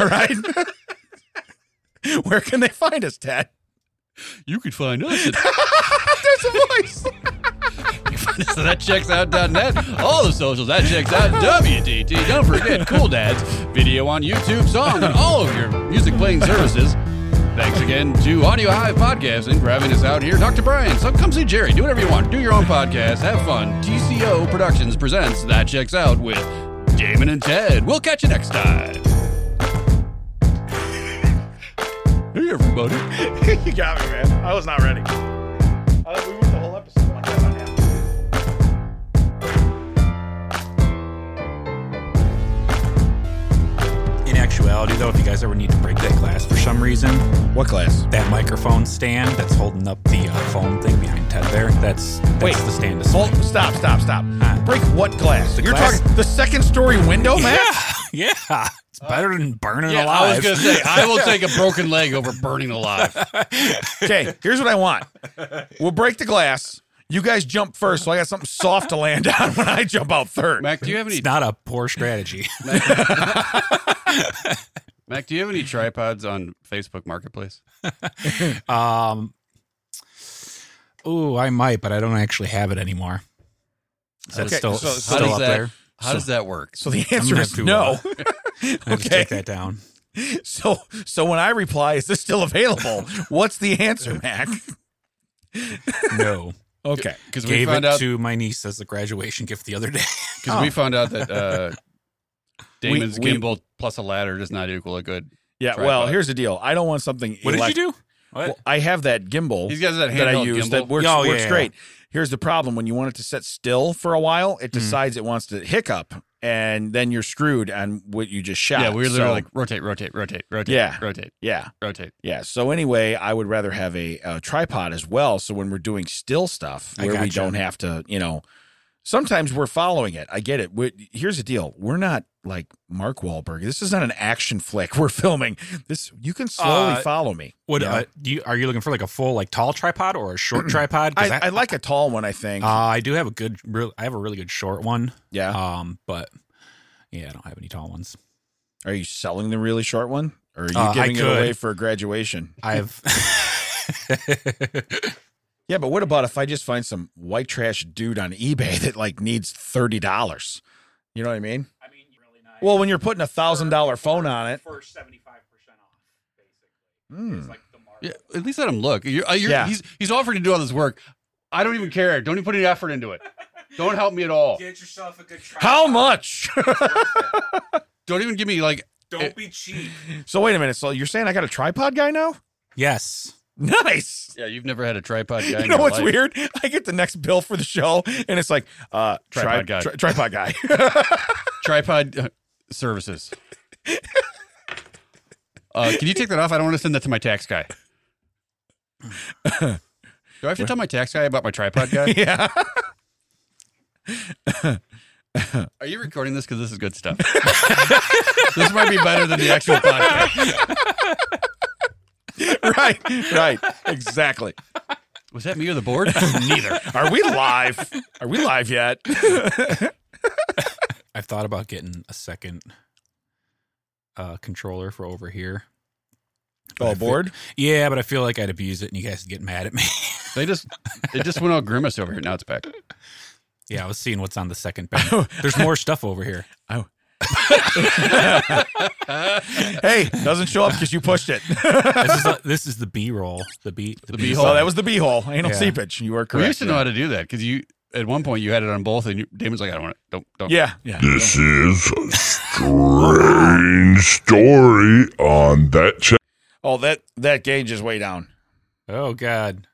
All right. Where can they find us, Ted? you could find us at There's a voice. so that checks out .net. All the socials that checks out WDT. Don't forget Cool Dad's video on YouTube, song, and all of your music playing services. Thanks again to Audio Hive Podcast and grabbing us out here, Dr. Brian. So come see Jerry. Do whatever you want. Do your own podcast. Have fun. TCO Productions presents That Checks Out with Damon and Ted. We'll catch you next time. Hey everybody. you got me, man. I was not ready. Uh, we went the whole episode. Watch out on that. In actuality, though, if you guys ever need to break that glass for some reason, What class? that microphone stand that's holding up the uh, phone thing behind Ted there, that's, that's Wait. the stand. to Hold, stop, stop, stop. Huh. Break what glass? You're Ah. glass- talking the second story window, man? Yeah, yeah. It's better than burning Uh, Yeah, alive. I was gonna say I will take a broken leg over burning alive. Okay, here's what I want. We'll break the glass. You guys jump first, so I got something soft to land on when I jump out third. Mac, do you have any it's not a poor strategy. Mac, do you have any tripods on Facebook Marketplace? um, oh, I might, but I don't actually have it anymore. Is that Okay, still, so- so still does up that, there? How does that work? So the I'm answer gonna is have to, uh, no. I have to Okay. take that down. So so when I reply, is this still available? What's the answer, Mac? No. Okay. Because we Gave it found out to my niece as a graduation gift the other day. because we found out that uh, Oh. We- Damon's we- gimbal plus a ladder does not equal a good. Yeah, Tripod. well, here's the deal. I don't want something What did elec- you do? What? Well, I have that gimbal. He's got that that I handheld use gimbal. that works, Oh, yeah, works yeah. Hmm. great. Here's the problem: when you want it to set still for a while, it decides it wants to hiccup, and then you're screwed on what you just shot. yeah, we were So- literally like rotate, rotate, rotate, rotate, Yeah. rotate, yeah, rotate. yeah. So anyway, I would rather have a, uh tripod as well. So when we're doing still stuff, I where we gotcha. don't have to, you know, sometimes we're following it. I get it. we here's the deal: we're not like Mark Wahlberg. This is not an action flick we're filming. This you can slowly Uh, follow me. What Yeah. uh, do you, are you looking for? Like a full, like tall tripod or a short tripod? 'Cause I, I like a tall one. I think. Uh, I do have a good. Real, I have a really good short one. yeah. Um, but yeah, I don't have any tall ones. Are you selling the really short one, or are you Uh, I giving it could. away for graduation? I've. Yeah, but what about if I just find some white trash dude on eBay that like needs thirty dollars? You know what I mean? I mean, really nice. Well, when you're putting a thousand dollar phone on it, for seventy five percent off, basically. Hmm. like the mark. Yeah, at least let him look. You're, uh, you're, Yeah. he's he's offering to do all this work. I don't even care. Don't even put any effort into it. Don't help me at all. Get yourself a good tripod. how much? Don't even give me like Don't be cheap. so wait a minute. So you're saying I got a tripod guy now? Yes. Nice. yeah. You've never had a tripod guy. in You know your what's life. weird? I get the next bill for the show, and it's like uh, Tripod tripod guy. guy. tripod guy. Tripod uh, services. Uh, can you take that off? I don't want to send that to my tax guy. Do I have to tell my tax guy about my tripod guy? yeah. Are you recording this? Because this is good stuff. this might be better than the actual podcast. right. Right. Exactly. Was that me or the board? Neither. Are we live? Are we live yet? I've thought about getting a second uh, controller for over here. Oh, bored. Yeah, but I feel like I'd abuse it, and you guys would get mad at me. They just it just went all grimace over here. Now it's back. yeah, I was seeing what's on the second bench. There's more stuff over here. Hey, doesn't show up because you pushed it. This is the, this is the B roll. The B the, B B-side. Oh, that was the beehole. Anal Yeah. seepage. You were correct. We used to know how to do that because you at one point you had it on both, and you, Damon's like, I don't want it. Don't don't. Yeah. Yeah. This is a strange story on that channel. Oh, that that gauge is way down. Oh God.